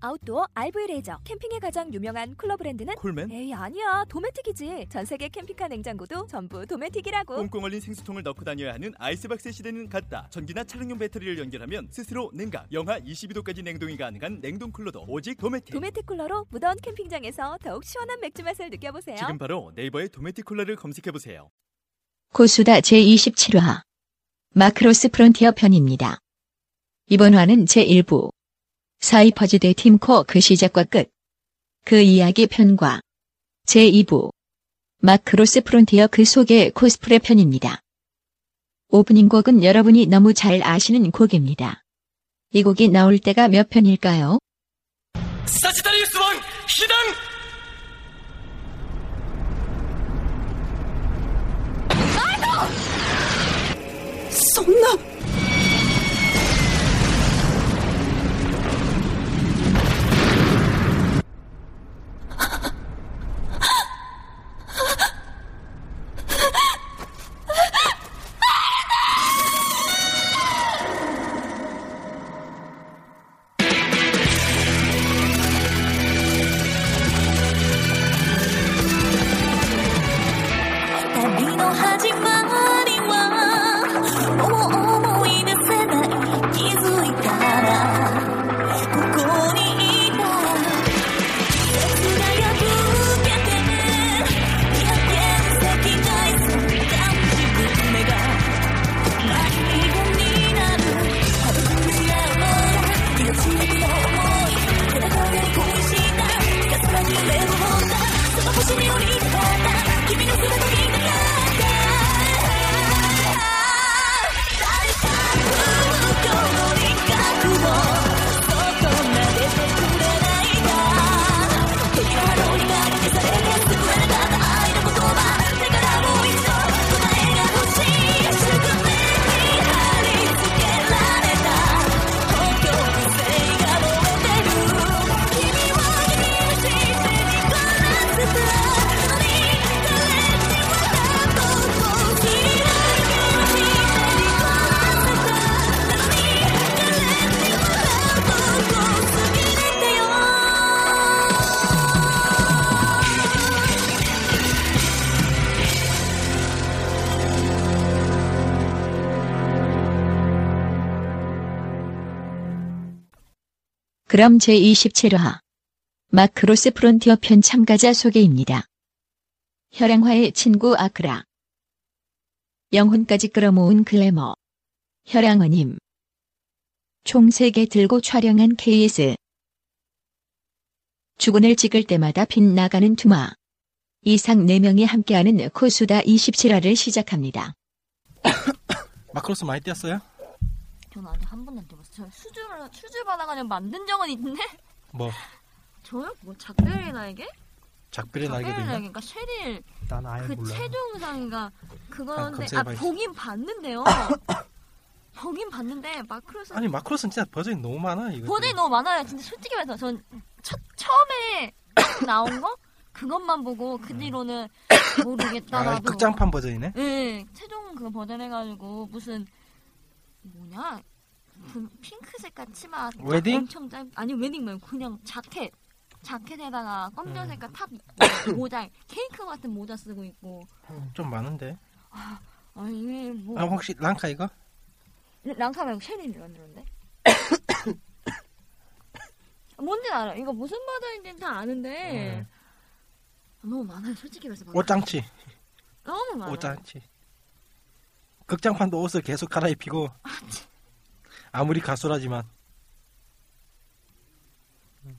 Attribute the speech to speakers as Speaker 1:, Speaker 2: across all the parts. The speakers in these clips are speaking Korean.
Speaker 1: 아웃도어 RV 레저 캠핑에 가장 유명한 쿨러 브랜드는
Speaker 2: 콜맨?
Speaker 1: 에이 아니야 도메틱이지 전 세계 캠핑카 냉장고도 전부 도메틱이라고
Speaker 2: 꽁꽁 얼린 생수통을 넣고 다녀야 하는 아이스박스 시대는 갔다. 전기나 차량용 배터리를 연결하면 스스로 냉각, 영하 22도까지 냉동이 가능한 냉동 쿨러도 오직 도메틱.
Speaker 1: 도메틱 쿨러로 무더운 캠핑장에서 더욱 시원한 맥주 맛을 느껴보세요
Speaker 2: 지금 바로 네이버에 도메틱 쿨러를 검색해 보세요.
Speaker 3: 고수다 제27화 마크로스 프론티어 편입니다. 이번 화는 제1부 사이퍼즈 대 팀코 그 시작과 끝. 그 이야기 편과 제2부 마크로스 프론티어 그 속의 코스프레 편입니다. 오프닝 곡은 여러분이 너무 잘 아시는 곡입니다. 이 곡이 나올 때가 몇 편일까요?
Speaker 4: 사지다리우스 왕 희당
Speaker 5: 썸나
Speaker 3: 그럼 제27화 마크로스 프론티어 편 참가자 소개입니다. 혈양화의 친구 아크라 영혼까지 끌어모은 글래머 혈양화님 총 3개 들고 촬영한 KS 주군을 찍을 때마다 빗나가는 투마 이상 4명이 함께하는 코수다 27화를 시작합니다.
Speaker 6: 마크로스 많이 뛰었어요?
Speaker 7: 전 아직 한 번도 안 돼봤어요. 수주를 수주 받아가지고 만든 적은 있는데
Speaker 6: 뭐
Speaker 7: 저요? 뭐 작별이나 이게?
Speaker 6: 작별의 날개도 있나?
Speaker 7: 그러니까 쉐릴
Speaker 6: 난 아예
Speaker 7: 그
Speaker 6: 몰라.
Speaker 7: 최종상인가 그건데 아,
Speaker 6: 검색해봐, 이씨.
Speaker 7: 보긴 봤는데요. 보긴 봤는데 마크로스
Speaker 6: 아니 마크로스는 진짜 버전이 너무 많아 이거.
Speaker 7: 보이 너무 많아요. 진짜 솔직히 말해서 전 첫, 처음에 딱 나온 거 그것만 보고 그 뒤로는 모르겠다
Speaker 6: 아,
Speaker 7: 나도.
Speaker 6: 극장판 버전이네.
Speaker 7: 예, 최종 그 버전 해가지고 무슨 뭐냐 분- 핑크색 같 치마 딱
Speaker 6: 웨딩?
Speaker 7: 엄청 짧 아니 웨딩 말고 그냥 자켓 자켓에다가 검정
Speaker 6: 음.
Speaker 7: 색깔 탑 모자 케이크 같은 모자 쓰고 있고 아,
Speaker 6: 좀 많은데.
Speaker 7: 아니 뭐
Speaker 6: 아 혹시 랑카 이거?
Speaker 7: 랑카 말고 쉐린을 만들었네 뭔지 알아 이거 무슨 버전인지는 다 아는데
Speaker 6: 음.
Speaker 7: 너무 많아요 솔직히 말해서 막
Speaker 6: 옷장치,
Speaker 7: 너무 많아
Speaker 6: 옷장치. 극장판도 옷을 계속 갈아입히고 아무리 가수라지만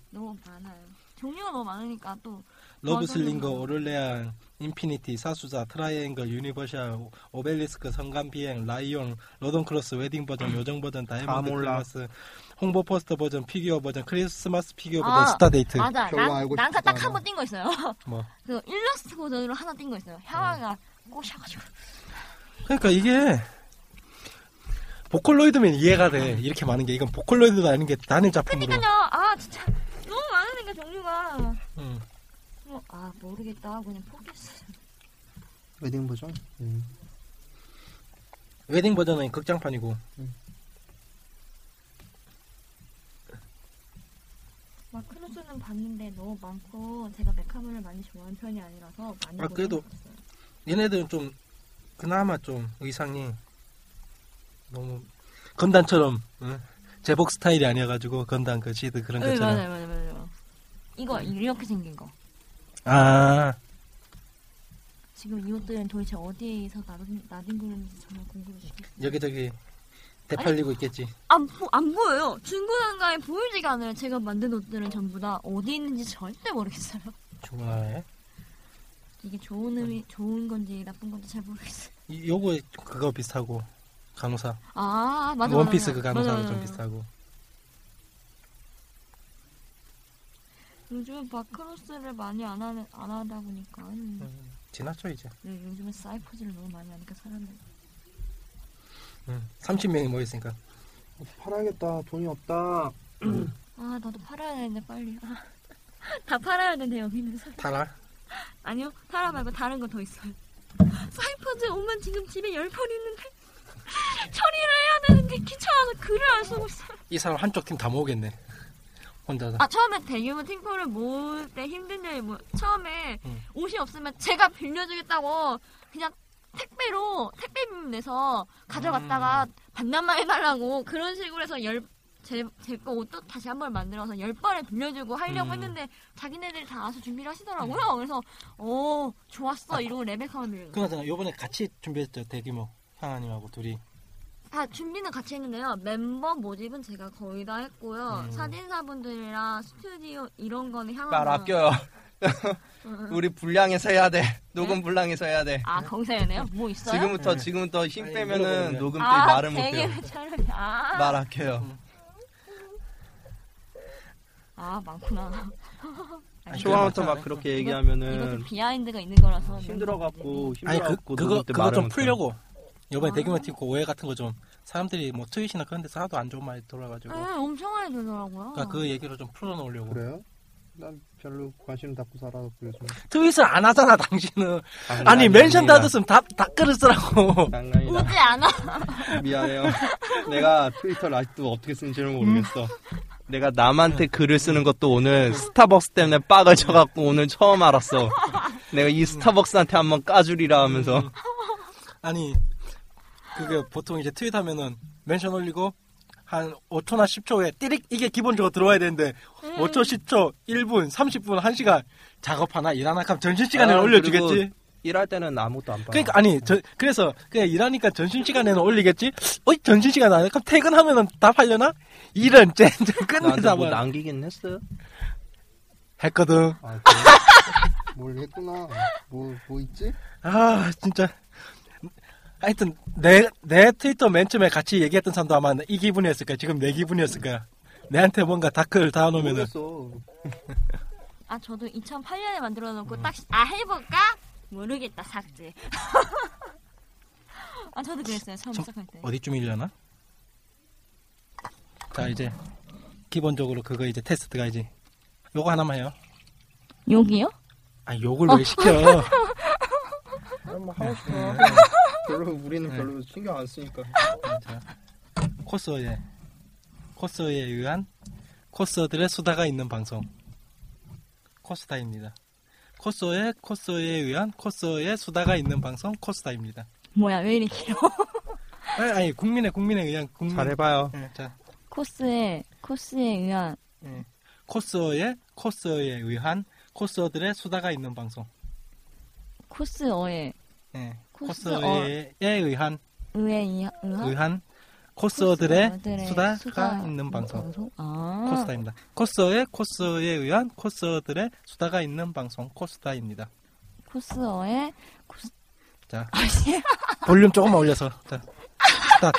Speaker 7: 너무 많아요 종류가 너무 많으니까 또
Speaker 6: 러브
Speaker 7: 맞아,
Speaker 6: 슬링거,
Speaker 7: 맞아.
Speaker 6: 오를레안, 인피니티, 사수자, 트라이앵글, 유니버셜, 오벨리스크, 성간 비행, 라이온, 로던 크로스, 웨딩 버전, 요정 버전, 음. 다이아몬드
Speaker 8: 몰라.
Speaker 6: 클라스, 홍보 포스터 버전, 피규어 버전, 크리스마스 피규어
Speaker 7: 아,
Speaker 6: 버전, 스타데이트.
Speaker 7: 맞아
Speaker 8: 별로
Speaker 7: 랑,
Speaker 8: 알고
Speaker 7: 랑카
Speaker 8: 싶지도
Speaker 7: 딱 한 번 뛴 거 있어요
Speaker 6: 뭐.
Speaker 7: 그 일러스트 버전으로 하나 뛴 거 있어요. 향화가 꼬셔가지고
Speaker 6: 그러니까 이게 보컬로이드면 이해가 돼. 이렇게 많은 게 이건 보컬로이드도 아닌 게 단일 작품으로.
Speaker 7: 그러니까요. 아 진짜 너무 많으니까 종류가.
Speaker 6: 음.
Speaker 7: 뭐, 아 모르겠다. 그냥 포기했어.
Speaker 9: 웨딩 버전. 음.
Speaker 6: 웨딩 버전은 극장판이고.
Speaker 7: 마크로스는 봤는데 너무 많고 제가 메카물을 많이 좋아하는 편이 아니라서 많이
Speaker 6: 아, 그래도-
Speaker 7: 못 봤어요.
Speaker 6: 얘네들은 좀 그나마 좀 의상이 너무 건단처럼 응? 제복 스타일이 아니어가지고 건단 그 시드 그런
Speaker 7: 네,
Speaker 6: 것처럼.
Speaker 7: 맞아요, 맞아요, 맞아요. 이거 이렇게 생긴 거.
Speaker 6: 아
Speaker 7: 지금 이것들은 도대체 어디에서 나름- 나뒹구는지 정말 궁금해요.
Speaker 6: 여기저기 대팔리고 있겠지.
Speaker 7: 안, 보, 안 보여요. 중고상가에 보이지가 않아요. 제가 만든 옷들은 전부 다 어디 있는지 절대 모르겠어요.
Speaker 6: 중간에
Speaker 7: 이게 좋은 의미, 좋은 건지 나쁜 건지 잘 모르겠어요.
Speaker 6: 이- 요거 그거 비슷하고 간호사
Speaker 7: 아, 맞아, 맞아.
Speaker 6: 원피스
Speaker 7: 맞아. 음.
Speaker 6: 그 간호사랑
Speaker 7: 맞아,
Speaker 6: 좀
Speaker 7: 맞아.
Speaker 6: 비슷하고.
Speaker 7: 요즘 마크로스를 많이 안, 하는, 안 하다 보니까.
Speaker 6: 음, 지났죠 이제.
Speaker 7: 네, 요즘에 사이퍼즈를 너무 많이 하니까 사람들.
Speaker 6: 음, 30명이 모였으니까.
Speaker 9: 팔아야겠다. 돈이 없다.
Speaker 7: 아, 나도 팔아야 되는데, 빨리. 아, 다 팔아야 되는데, 여기 있는 사람.
Speaker 6: 타라.
Speaker 7: 아니요, 타라 말고 다른 거 더 있어요. 사이퍼즈 옷만 지금 집에 열 벌 있는데 처리를 해야 되는데 귀찮아서 글을 안 쓰고 있어요.
Speaker 6: 이 사람 한쪽 팀 다 모으겠네. 혼자서.
Speaker 7: 아 처음에 대규모 팀플을 모을 때 힘든 점이 뭐 처음에
Speaker 6: 음.
Speaker 7: 옷이 없으면 제가 빌려주겠다고 그냥 택배로 택배비만 내서
Speaker 6: 음.
Speaker 7: 가져갔다가 반납만 해달라고 그런 식으로 해서 열제제거 옷도 다시 한 번 만들어서 열 벌을 빌려주고 하려고
Speaker 6: 음.
Speaker 7: 했는데 자기네들이 다 알아서 준비를 하시더라고요. 그래서 오
Speaker 6: 아.
Speaker 7: 좋았어 이러고 레베카만 빌려.
Speaker 6: 그나저나 요번에 같이 준비했죠 대규모 향아님하고 둘이
Speaker 7: 아 준비는 같이 했는데요. 멤버 모집은 제가 거의 다 했고요.
Speaker 6: 음.
Speaker 7: 사진사분들이랑 스튜디오 이런 거는 향한
Speaker 2: 말 아껴요. 우리 불량에서 해야 돼. 녹음 불량에서 해야 돼.
Speaker 7: 네? 아 거기서 해네요? 뭐 있어요?
Speaker 2: 지금부터 지금부터 힘
Speaker 6: 아니, 물어보는
Speaker 2: 빼면은
Speaker 6: 거야.
Speaker 2: 녹음 때
Speaker 7: 아,
Speaker 2: 말을
Speaker 7: 되게
Speaker 2: 못해요.
Speaker 7: 차라리 아,
Speaker 2: 말 아껴요.
Speaker 7: 아 많구나.
Speaker 6: 아니,
Speaker 2: 초반부터
Speaker 6: 그래, 맞다.
Speaker 2: 막 그렇게
Speaker 7: 이것도
Speaker 2: 얘기하면은
Speaker 7: 비하인드가 있는 거라서
Speaker 2: 힘들어갖고
Speaker 6: 아니 그,
Speaker 2: 힘들어갖고
Speaker 6: 그거
Speaker 2: 녹음 때
Speaker 6: 그거
Speaker 2: 말을
Speaker 6: 좀
Speaker 2: 못해요.
Speaker 6: 풀려고 요번에
Speaker 7: 아.
Speaker 6: 대규모 팀고 그 오해 같은 거 좀 사람들이 뭐 트윗이나 그런 데서 하도 안 좋은 말이 돌아가지고
Speaker 7: 네, 엄청 많이 되더라고요.
Speaker 2: 아,
Speaker 6: 그러니까 그 얘기를 좀 풀어놓으려고
Speaker 9: 그래요? 난 별로 관심 갖고 살아갖고 요즘.
Speaker 6: 트윗을 안 하잖아 당신은 아니 멘션 닫았으면 다, 댓글을 쓰라고
Speaker 2: 장난이다.
Speaker 7: 오지 않아.
Speaker 2: 미안해요.
Speaker 9: 내가 트위터를 아직도 어떻게 쓰는지는 모르겠어.
Speaker 2: 내가 남한테 글을 쓰는 것도 오늘 스타벅스 때문에 빡을 쳐갖고 오늘 처음 알았어. 내가 이 스타벅스한테 한번 까주리라
Speaker 6: 음,
Speaker 2: 하면서
Speaker 6: 아니 그게 보통 이제 트윗 하면은 멘션 올리고 한 5초나 10초에 띠릭 이게 기본적으로 들어와야 되는데 5초 10초 1분 30분 1시간 작업하나 일하나 하면 점심시간에
Speaker 2: 아,
Speaker 6: 올려주겠지
Speaker 2: 그리고 일할 때는 아무것도 안 봐.
Speaker 6: 그러니까 아니 저, 그래서 그냥 일하니까 점심 시간에는 올리겠지. 어 점심 시간 안 해? 그럼 퇴근하면은 답하려나? 이런 쟤
Speaker 2: 나한테
Speaker 6: 이제 끝내다
Speaker 2: 뭐
Speaker 6: 뭐
Speaker 2: 남기긴 했어요.
Speaker 6: 했거든.
Speaker 9: 아, 그래? 뭘 했구나. 뭐, 뭐 있지?
Speaker 6: 아 진짜. 하여튼 내 내 트위터 맨 처음에 같이 얘기했던 사람도 아마 이 기분이었을 거야. 지금 내 기분이었을 거야. 내한테 뭔가 다크를 달아놓으면은
Speaker 9: 모르겠어.
Speaker 2: 네.
Speaker 7: 아 저도 2008년에 만들어 놓고 딱 아 해볼까? 모르겠다 삭제. 아 저도 그랬어요 처음
Speaker 6: 참-
Speaker 7: 시작할 때.
Speaker 6: 어디쯤이려나? 자 이제 기본적으로 그거 이제 테스트가 이제 요거 하나만 해요.
Speaker 7: 여기요?
Speaker 6: 아 욕을
Speaker 9: 어.
Speaker 6: 왜 시켜?
Speaker 9: 그럼 뭐 하고 싶어. 별로 우리는 별로 신경 안 쓰니까.
Speaker 6: 자, 코스에 코스에 의한 코스들의 수다가 있는 방송 코스타입니다. 코스에 코스에 의한 코스의 수다가 있는 방송 코스타입니다.
Speaker 7: 뭐야 왜 이렇게 길어?
Speaker 6: 아니, 아니 국민의 국민에 의한 국민
Speaker 2: 잘해봐요.
Speaker 6: 예, 자 예.
Speaker 7: 코스에 코스에 의한
Speaker 6: 코스에 코스에 의한 코스들의 수다가 있는 방송
Speaker 7: 코스어에
Speaker 6: 예,
Speaker 7: 코스어.
Speaker 6: 코스에 의한
Speaker 7: 의에 의한
Speaker 6: 의한 코스들의
Speaker 7: 코스어들의
Speaker 6: 수다가 있는 방송
Speaker 7: 네. 아
Speaker 6: 코스타입니다. 코스의 코스에 의한 코스들의 수다가 있는 방송 코스타입니다.
Speaker 7: 코스어에 코스
Speaker 6: 자
Speaker 7: 아씨
Speaker 6: 볼륨 조금만 올려서 자 스탑.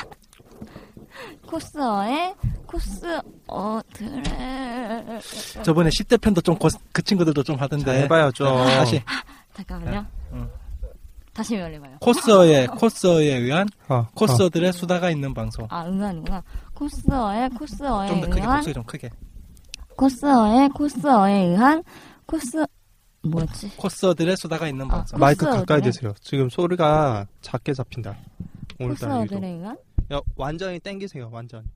Speaker 7: 코스어에 코스어들의
Speaker 6: 저번에 10대 편도 좀 그 친구들도 좀 하던데
Speaker 2: 잘해봐요 좀.
Speaker 6: 다시
Speaker 7: 잠깐만요.
Speaker 6: 응.
Speaker 7: 다시 열려봐요.
Speaker 6: 코스어에 코스어에 의한
Speaker 9: 아,
Speaker 6: 코스어들의 수다가 있는 방송.
Speaker 7: 아, 응원이구나. 코스어에 코스어에
Speaker 6: 좀 더 크게
Speaker 7: 의한
Speaker 6: 목소리 좀 크게.
Speaker 7: 코스어에 코스어에 의한 코스 뭐였지? 아,
Speaker 6: 코스어들의 수다가 있는 방송.
Speaker 9: 마이크 가까이
Speaker 7: 코스어들의-
Speaker 9: 대세요. 지금 소리가 작게 잡힌다. 오늘따라 유독.
Speaker 7: 코스어들에 의한
Speaker 10: 야, 완전히 땡기세요. 완전.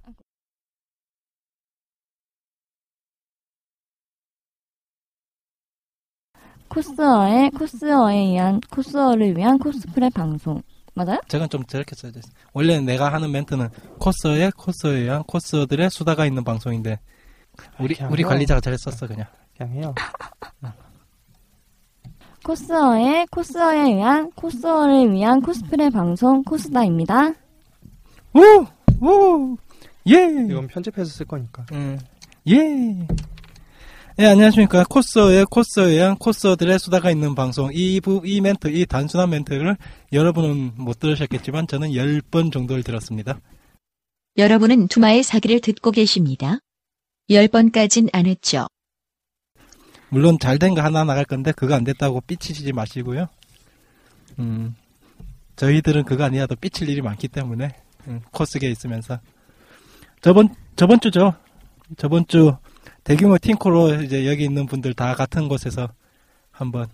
Speaker 7: 코스어에 코스어에 의한 코스어를 위한 코스프레 방송 맞아요?
Speaker 6: 제가 좀 저렇게 써야 돼. 원래는 내가 하는 멘트는 코스어에 코스어에 의한 코스어들의 수다가 있는 방송인데 우리
Speaker 9: 그냥
Speaker 6: 우리
Speaker 9: 해요.
Speaker 6: 관리자가 잘 썼어
Speaker 9: 네.
Speaker 6: 그냥.
Speaker 9: 그냥 해요.
Speaker 7: 코스어에 코스어에 의한 코스어를 위한 코스프레 방송 코스다입니다.
Speaker 6: 오! 오! 예!
Speaker 9: 이건 편집해서 쓸 거니까.
Speaker 6: 음. 예. 예, 안녕하십니까. 코스어의 코스어에 의한 코스어들의 수다가 있는 방송. 이, 부, 이 멘트, 이 단순한 멘트를 여러분은 못 들으셨겠지만 저는 10번 정도를 들었습니다.
Speaker 3: 여러분은 두마의 사기를 듣고 계십니다. 10번까진 안 했죠.
Speaker 6: 물론 잘 된 거 하나 나갈 건데 그거 안 됐다고 삐치시지 마시고요. 음. 저희들은 그거 아니라도 삐칠 일이 많기 때문에 음, 코스게 있으면서 저번 저번 주죠. 저번 주 대규모 팀코로 이제 여기 있는 분들 다 같은 곳에서 한번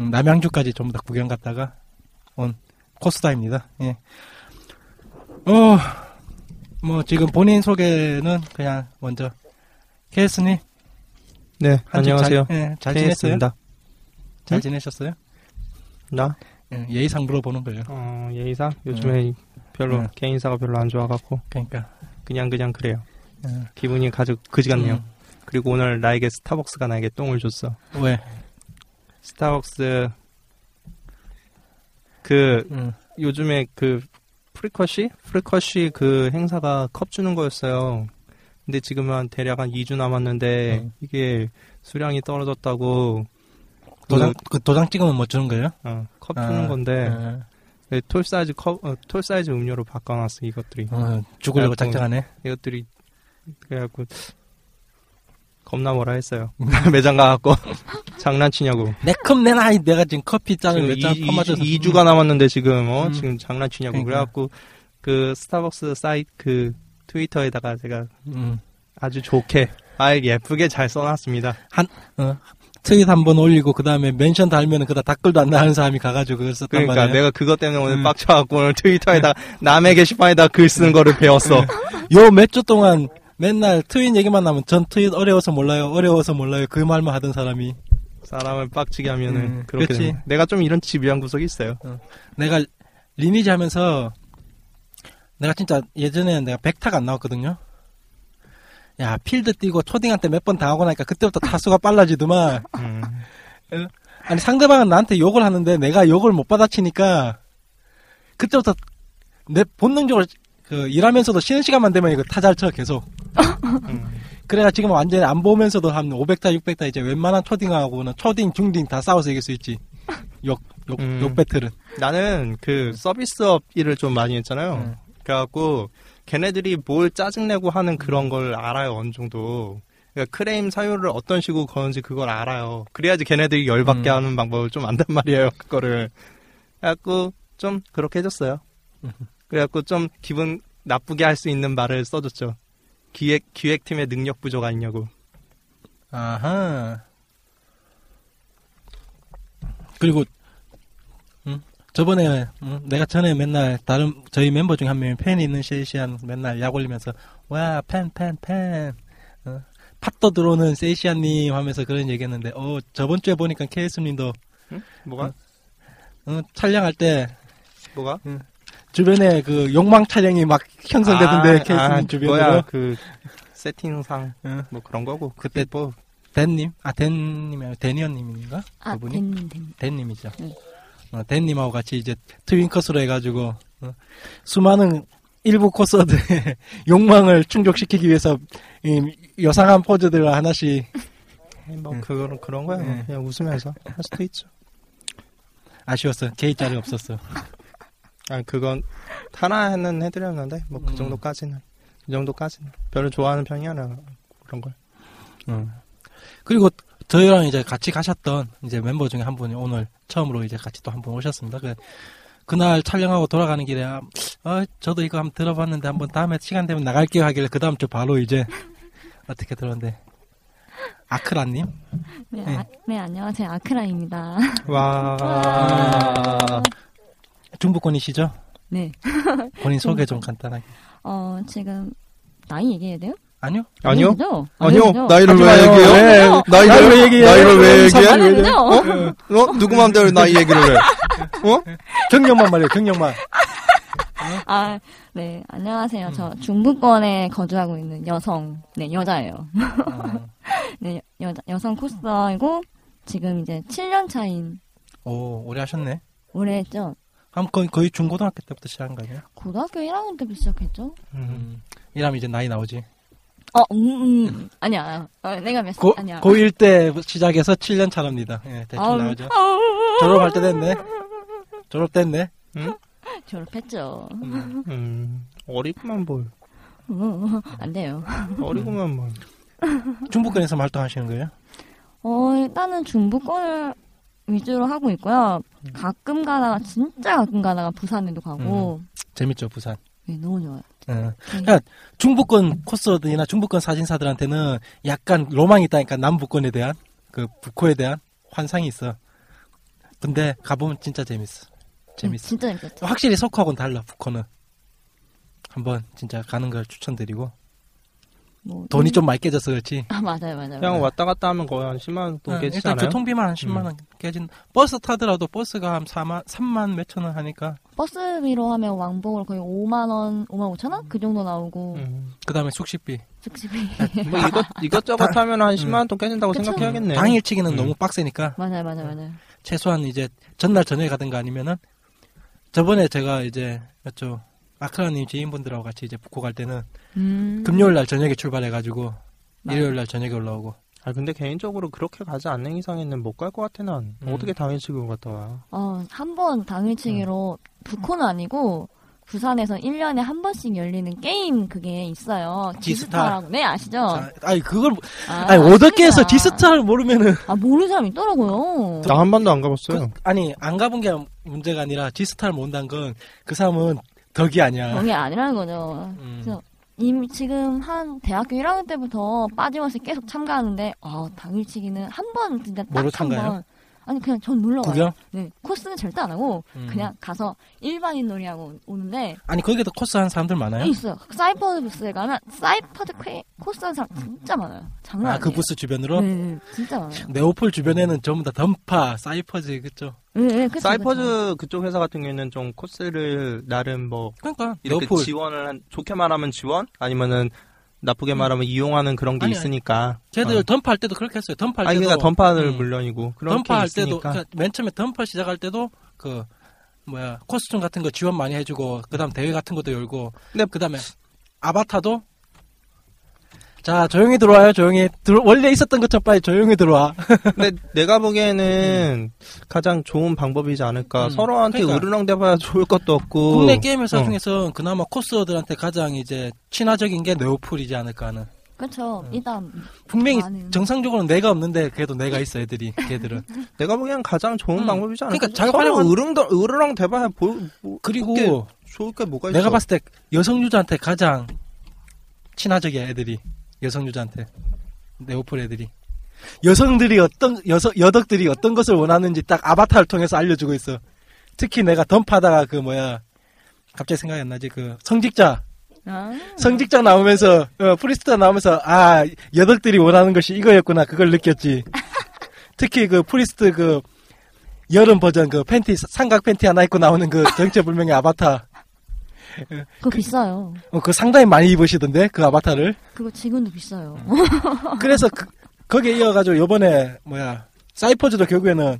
Speaker 6: 음, 남양주까지 전부 다 구경 갔다가 온 코스다입니다. 예. 어, 뭐 지금 본인 소개는 그냥 먼저 케이스님
Speaker 9: 네,
Speaker 6: 한주
Speaker 9: 안녕하세요.
Speaker 6: 잘, 예, 잘
Speaker 9: KS
Speaker 6: 지냈어요?
Speaker 9: 입니다. 네?
Speaker 6: 잘
Speaker 9: 응?
Speaker 6: 지내셨어요?
Speaker 9: 나?
Speaker 6: 예, 예의상 물어보는 거예요.
Speaker 9: 어, 예의상? 요즘에
Speaker 6: 음.
Speaker 9: 별로
Speaker 6: 음.
Speaker 9: 개인사가 별로 안 좋아갖고.
Speaker 6: 그러니까.
Speaker 9: 그냥 그냥 그래요.
Speaker 6: 음.
Speaker 9: 기분이 가죽 그지 같네요.
Speaker 6: 음.
Speaker 9: 그리고 오늘 나에게 스타벅스가 나에게 똥을 줬어.
Speaker 6: 왜?
Speaker 9: 스타벅스 그
Speaker 6: 음.
Speaker 9: 요즘에 그 프리커시 프리커시 그 행사가 컵 주는 거였어요. 근데 지금 한 대략 한 2주 남았는데
Speaker 6: 네.
Speaker 9: 이게 수량이 떨어졌다고
Speaker 6: 도장
Speaker 9: 그-
Speaker 6: 그 도장 찍으면 뭐 주는 거예요?
Speaker 9: 어, 컵
Speaker 6: 아,
Speaker 9: 주는 건데
Speaker 6: 예.
Speaker 9: 네, 톨 사이즈 컵, 어, 톨 사이즈 음료로 바꿔놨어 이것들이.
Speaker 6: 어, 죽으려고
Speaker 9: 아, 그래갖고
Speaker 6: 작정하네.
Speaker 9: 이것들이 그래갖고 겁나 뭐라 했어요. 매장 가갖고 장난치냐고.
Speaker 6: 내 컵 내놔 이 내가 지금 커피 잔을
Speaker 9: 지금
Speaker 6: 몇잔 음.
Speaker 9: 이-
Speaker 6: 퍼마저
Speaker 9: 이- 이 주가 남았는데 지금 어
Speaker 6: 음.
Speaker 9: 지금 장난치냐고
Speaker 6: 그러니까.
Speaker 9: 그래갖고그 스타벅스 사이트 그 트위터에다가 제가
Speaker 6: 음.
Speaker 9: 아주 좋게 아 예쁘게 잘 써놨습니다.
Speaker 6: 한 어, 트윗 한 번 올리고 그 다음에 멘션 달면은 그다 댓글도 안 나는 사람이 가가지고 그걸 썼단
Speaker 9: 그러니까
Speaker 6: 말이에요.
Speaker 9: 내가 그것 때문에
Speaker 6: 음.
Speaker 9: 오늘 빡쳐갖고 오늘 트위터에다가
Speaker 6: 네.
Speaker 9: 남의 게시판에다 글 쓰는 거를
Speaker 6: 음.
Speaker 9: 배웠어.
Speaker 6: 요 몇 주 동안 맨날 트윗 얘기만 나면 전 트윗 어려워서 몰라요, 어려워서 몰라요 그 말만 하던 사람이
Speaker 9: 사람을 빡치게 하면은
Speaker 6: 음,
Speaker 9: 그렇게
Speaker 6: 그렇지.
Speaker 9: 됩니다. 내가 좀 이런 집요한 구석이 있어요.
Speaker 6: 내가 리니지 하면서 내가 진짜 예전에 내가 백타가 안 나왔거든요. 야 필드 뛰고 초딩한 테 몇 번 당하고 나니까 그때부터 타수가 빨라지더만.
Speaker 9: 음.
Speaker 6: 어? 아니 상대방은 나한테 욕을 하는데 내가 욕을 못 받아치니까 그때부터 내 본능적으로 그 일하면서도 쉬는 시간만 되면 이거 타잘 쳐 계속.
Speaker 9: 음.
Speaker 6: 그래가 지금 완전히 안 보면서도 한 500타 600타 이제 웬만한 초딩하고는 초딩 중딩 다 싸워서 이길 수 있지. 욕욕욕
Speaker 9: 음.
Speaker 6: 배틀은.
Speaker 9: 나는 그 서비스업 일을 좀 많이 했잖아요.
Speaker 6: 음.
Speaker 9: 그래갖고 걔네들이 뭘 짜증내고 하는 그런 걸 알아요 어느 정도. 그러니까 크레임 사유를 어떤 식으로 거는지 그걸 알아요. 그래야지 걔네들이 열받게
Speaker 6: 음.
Speaker 9: 하는 방법을 좀 안단 말이에요 그거를. 그래갖고 좀 그렇게 해줬어요. 그래갖고 좀 기분 나쁘게 할 수 있는 말을 써줬죠. 기획 기획팀의 능력 부족 아니냐고.
Speaker 6: 아하. 그리고 음, 저번에 음, 내가 전에 맨날 다른 저희 멤버 중에 한 명이 팬이 있는 세이시안 맨날 약 올리면서 와 팬 팬팬 어, 팟도 들어오는 세이시안님 하면서 그런 얘기했는데 어 저번 주에 보니까 케이스님도
Speaker 9: 뭐가
Speaker 6: 음. 어, 촬영할 때
Speaker 9: 뭐가?
Speaker 6: 주변에 그 욕망 촬영이 막 형성되던데
Speaker 9: 아,
Speaker 6: 케이스님
Speaker 9: 아,
Speaker 6: 주변으로
Speaker 9: 뭐야, 그 세팅상
Speaker 6: 응.
Speaker 9: 뭐 그런 거고.
Speaker 6: 그때
Speaker 9: 뭐
Speaker 6: 댄님? 아, 댄님이 아니고 데니언님인가?
Speaker 7: 아
Speaker 6: 그분이?
Speaker 7: 댄님 댄님
Speaker 6: 댄님이죠.
Speaker 7: 응.
Speaker 6: 어, 댄님하고 같이 이제 트윈컷으로 해가지고 어, 수많은 일부 코스들의 욕망을 충족시키기 위해서 이 여상한 포즈들을 하나씩 음.
Speaker 9: 뭐 그거는 그런 거야.
Speaker 6: 네.
Speaker 9: 그냥 웃으면서 할 수도 있죠.
Speaker 6: 아쉬웠어. 게이 자리 없었어.
Speaker 9: 아 그건 하나는 해드렸는데 뭐
Speaker 6: 음.
Speaker 9: 그 정도까지는 그 정도까지는 별로 좋아하는 편이 아니라 그런 걸.
Speaker 6: 음. 그리고 저희랑 이제 같이 가셨던 이제 멤버 중에 한 분이 오늘 처음으로 이제 같이 또 한 분 오셨습니다. 그, 그날 촬영하고 돌아가는 길에 아, 어, 저도 이거 한번 들어봤는데 한번 다음에 시간 되면 나갈게요 하길래 그 다음 주 바로 이제 어떻게 들었는데 아크라님
Speaker 7: 네, 아- 네, 안녕하세요. 아크라입니다.
Speaker 6: 음. 와.
Speaker 9: 아.
Speaker 6: 중부권이시죠?
Speaker 7: 네.
Speaker 6: 본인 소개 좀 간단하게.
Speaker 7: 어, 지금 나이 얘기해야 돼요?
Speaker 6: 아니요.
Speaker 9: 아니요.
Speaker 7: 아니죠?
Speaker 9: 아니요.
Speaker 7: 아니죠?
Speaker 9: 나이를 왜
Speaker 7: 하지 마요. 어,
Speaker 9: 얘기해요?
Speaker 7: 아니요. 아니요.
Speaker 9: 나이를- 나이를 왜 얘기해요?
Speaker 7: 아니요.
Speaker 9: 왜 얘기해?
Speaker 7: 안 하는데요.
Speaker 9: 어? 어? 누구 맘대로 나이 얘기를 해? 어?
Speaker 6: 경력만 말이에요. 경력만.
Speaker 7: 아, 네. 안녕하세요.
Speaker 9: 음.
Speaker 7: 저 중부권에 거주하고 있는 여성, 네, 여자예요.
Speaker 6: 어,
Speaker 7: 네, 여, 여자- 여성 코스터이고 지금 이제 7년 차인
Speaker 6: 오, 오래 하셨네.
Speaker 7: 올해 했죠.
Speaker 6: 한 거의, 거의 중고등학교 때부터 시작한 거 아니야?
Speaker 7: 고등학교 1학년 때부터 시작했죠?
Speaker 6: 음. 이러면 이제 나이 나오지.
Speaker 7: 어, 음, 음. 아니야. 어, 내가 몇 살?
Speaker 6: 고,
Speaker 7: 아니야.
Speaker 6: 고1 때 시작해서 7년 차랍니다. 예, 대충
Speaker 7: 아우,
Speaker 6: 나오죠.
Speaker 7: 아우.
Speaker 6: 졸업할 때 됐네. 졸업 됐네. 응?
Speaker 7: 졸업했죠.
Speaker 9: 음, 어리구만 뭘.
Speaker 7: 어, 안 돼요.
Speaker 9: 어리구만 뭘.
Speaker 6: 중부권에서 뭐 활동하시는 거예요?
Speaker 7: 어, 일단은 중부권을 위주로 하고 있고요.
Speaker 6: 음.
Speaker 7: 가끔 가다가, 진짜 가끔 가다가 부산에도 가고.
Speaker 6: 음. 재밌죠, 부산.
Speaker 7: 네, 너무 좋아요.
Speaker 6: 응. 그러니까 중부권 코스들이나 중부권 사진사들한테는 약간 로망이 있다니까 남부권에 대한 그 북코에 대한 환상이 있어. 근데 가보면 진짜 재밌어. 재밌어.
Speaker 7: 진짜 재밌었죠.
Speaker 6: 확실히 서커하고는 달라 북코는. 한번 진짜 가는 걸 추천드리고
Speaker 7: 뭐,
Speaker 6: 돈이
Speaker 9: 음.
Speaker 6: 좀 많이 깨져서 그렇지.
Speaker 7: 아, 맞아요, 맞아요.
Speaker 9: 그냥 왔다 갔다 하면 거의 한 10만 원
Speaker 6: 응,
Speaker 9: 돈 깨지지
Speaker 6: 네, 음, 일단
Speaker 9: 않아요?
Speaker 6: 교통비만 한 10만 원 깨진 버스 타더라도 버스가 한 4만 3만 몇천 원 하니까
Speaker 7: 버스비로 하면 왕복으로 거의 5만원, 5만 5천원? 그 정도 나오고.
Speaker 6: 그다음에 숙식비
Speaker 7: 숙식비.
Speaker 9: 뭐 이것, 이것저것 하면 한 10만 원 돈 깨진다고
Speaker 7: 그쵸.
Speaker 9: 생각해야겠네.
Speaker 6: 음. 당일치기는 너무 빡세니까
Speaker 7: 맞아요, 맞아요, 맞아요.
Speaker 6: 최소한 이제 전날 저녁에 가든가 아니면은 저번에 제가 이제 맞죠 아크라님 지인분들하고 같이 이제 북코 갈 때는
Speaker 7: 음. 네.
Speaker 6: 금요일 날 저녁에 출발해가지고
Speaker 9: 맞아.
Speaker 6: 일요일 날 저녁에 올라오고
Speaker 9: 아, 근데 개인적으로 그렇게 가지 않는 이상에는 못 갈 것 같아, 난.
Speaker 6: 음.
Speaker 9: 어떻게 당일치기로 갔다 와.
Speaker 7: 어, 한 번 당일치기로
Speaker 6: 음.
Speaker 7: 북코는 아니고 부산에서 1년에 한 번씩 열리는 게임 그게 있어요. 지스타라고. 네, 아시죠?
Speaker 6: 아니 그걸
Speaker 7: 아,
Speaker 6: 아, 니 오덕계에서
Speaker 7: 아십니다.
Speaker 6: 디스타를 네. 모르면은
Speaker 7: 아, 모르는 사람 있더라고요.
Speaker 9: 나 한 번도 안 가봤어요.
Speaker 6: 그 아니 안 가본 게 문제가 아니라 디스타를 모른다는 건 그 사람은 덕이 아니야 음.
Speaker 7: 병이 아니라는 거죠. 어, 그래서 이미 지금 한 대학교 1학년 때부터 빠짐없이 계속 참가하는데, 아, 당일치기는 한 번, 진짜
Speaker 6: 뭐로
Speaker 7: 딱 한
Speaker 6: 참가해요?
Speaker 7: 번. 아니, 그냥 전 놀러 가요.
Speaker 6: 구경?
Speaker 7: 네, 코스는 절대 안 하고,
Speaker 6: 음.
Speaker 7: 그냥 가서 일반인 놀이하고 오는데,
Speaker 6: 아니 거기도 코스 하는 사람들 많아요?
Speaker 7: 있어요. 사이퍼드 부스에 가면 사이퍼드 퀘- 코스하는 사람 진짜 많아요. 장난
Speaker 6: 아,
Speaker 7: 아니에요.
Speaker 6: 그 부스 주변으로?
Speaker 7: 네, 진짜 많아요.
Speaker 6: 네오폴 주변에는 전부 다 던파, 사이퍼즈 그쵸?
Speaker 7: 예, 예, 그쵸,
Speaker 9: 사이퍼즈 그쪽 회사 같은 경우에는 좀 코스를 나름 뭐
Speaker 6: 그러니까
Speaker 9: 이렇게
Speaker 6: 너풀.
Speaker 9: 지원을 한 좋게 말하면 지원 아니면은 나쁘게 말하면 이용하는 그런
Speaker 6: 음.
Speaker 9: 게
Speaker 6: 아니, 아니.
Speaker 9: 있으니까
Speaker 6: 걔들
Speaker 9: 어.
Speaker 6: 던파 할 때도 그렇게 했어요. 던파 할
Speaker 9: 아니
Speaker 6: 때도
Speaker 9: 그러니까 던파를
Speaker 6: 음.
Speaker 9: 물론이고 그런
Speaker 6: 던파 할
Speaker 9: 게
Speaker 6: 때도
Speaker 9: 있으니까
Speaker 6: 그러니까 맨 처음에 던파 시작할 때도 그 뭐야 코스튬 같은 거 지원 많이 해주고 그다음 대회 같은 것도 열고 그다음에 아바타도 자 조용히 들어와요 조용히 들어- 원래 있었던 것처럼 빨리 조용히 들어와
Speaker 9: 근데 내가 보기에는 가장 좋은 방법이지 않을까
Speaker 6: 음.
Speaker 9: 서로한테
Speaker 6: 그러니까.
Speaker 9: 으르렁대봐야 좋을 것도 없고
Speaker 6: 국내 게임 회사
Speaker 9: 어.
Speaker 6: 중에서 그나마 코스어들한테 가장 이제 친화적인 게 네오폴이지 않을까 하는
Speaker 7: 그쵸. 일단.
Speaker 6: 분명히
Speaker 7: 많은-
Speaker 6: 정상적으로는 내가 없는데 그래도 내가 있어 애들이 걔들은
Speaker 9: 내가 보기엔 가장 좋은 방법이지 않을까
Speaker 6: 그러니까 잘
Speaker 9: 서로
Speaker 6: 활용한-
Speaker 9: 으릉더, 으르렁 대봐야 보, 뭐,
Speaker 6: 그리고
Speaker 9: 좋을 게 뭐가 있어
Speaker 6: 내가 봤을 때 여성 유저한테 가장 친화적이야 애들이 여성 유저한테 네오폴 애들이 여성들이 어떤 여성 여덕들이 어떤 것을 원하는지 딱 아바타를 통해서 알려주고 있어 특히 내가 덤파다가 그 뭐야 갑자기 생각이 안 나지 그 성직자
Speaker 7: 아.
Speaker 6: 성직장 나오면서 어, 프리스타 나오면서 아 여덕들이 원하는 것이 이거였구나 그걸 느꼈지. 특히 그 프리스트 그 여름 버전 그 팬티 삼각 팬티 하나 입고 나오는 그 정체불명의 아바타
Speaker 7: 그거 비싸요.
Speaker 6: 어, 그 상당히 많이 입으시던데 그 아바타를.
Speaker 7: 그거 지금도 비싸요.
Speaker 9: 음,
Speaker 6: 그래서 그, 거기에 이어가지고 요번에 뭐야 사이퍼즈도 결국에는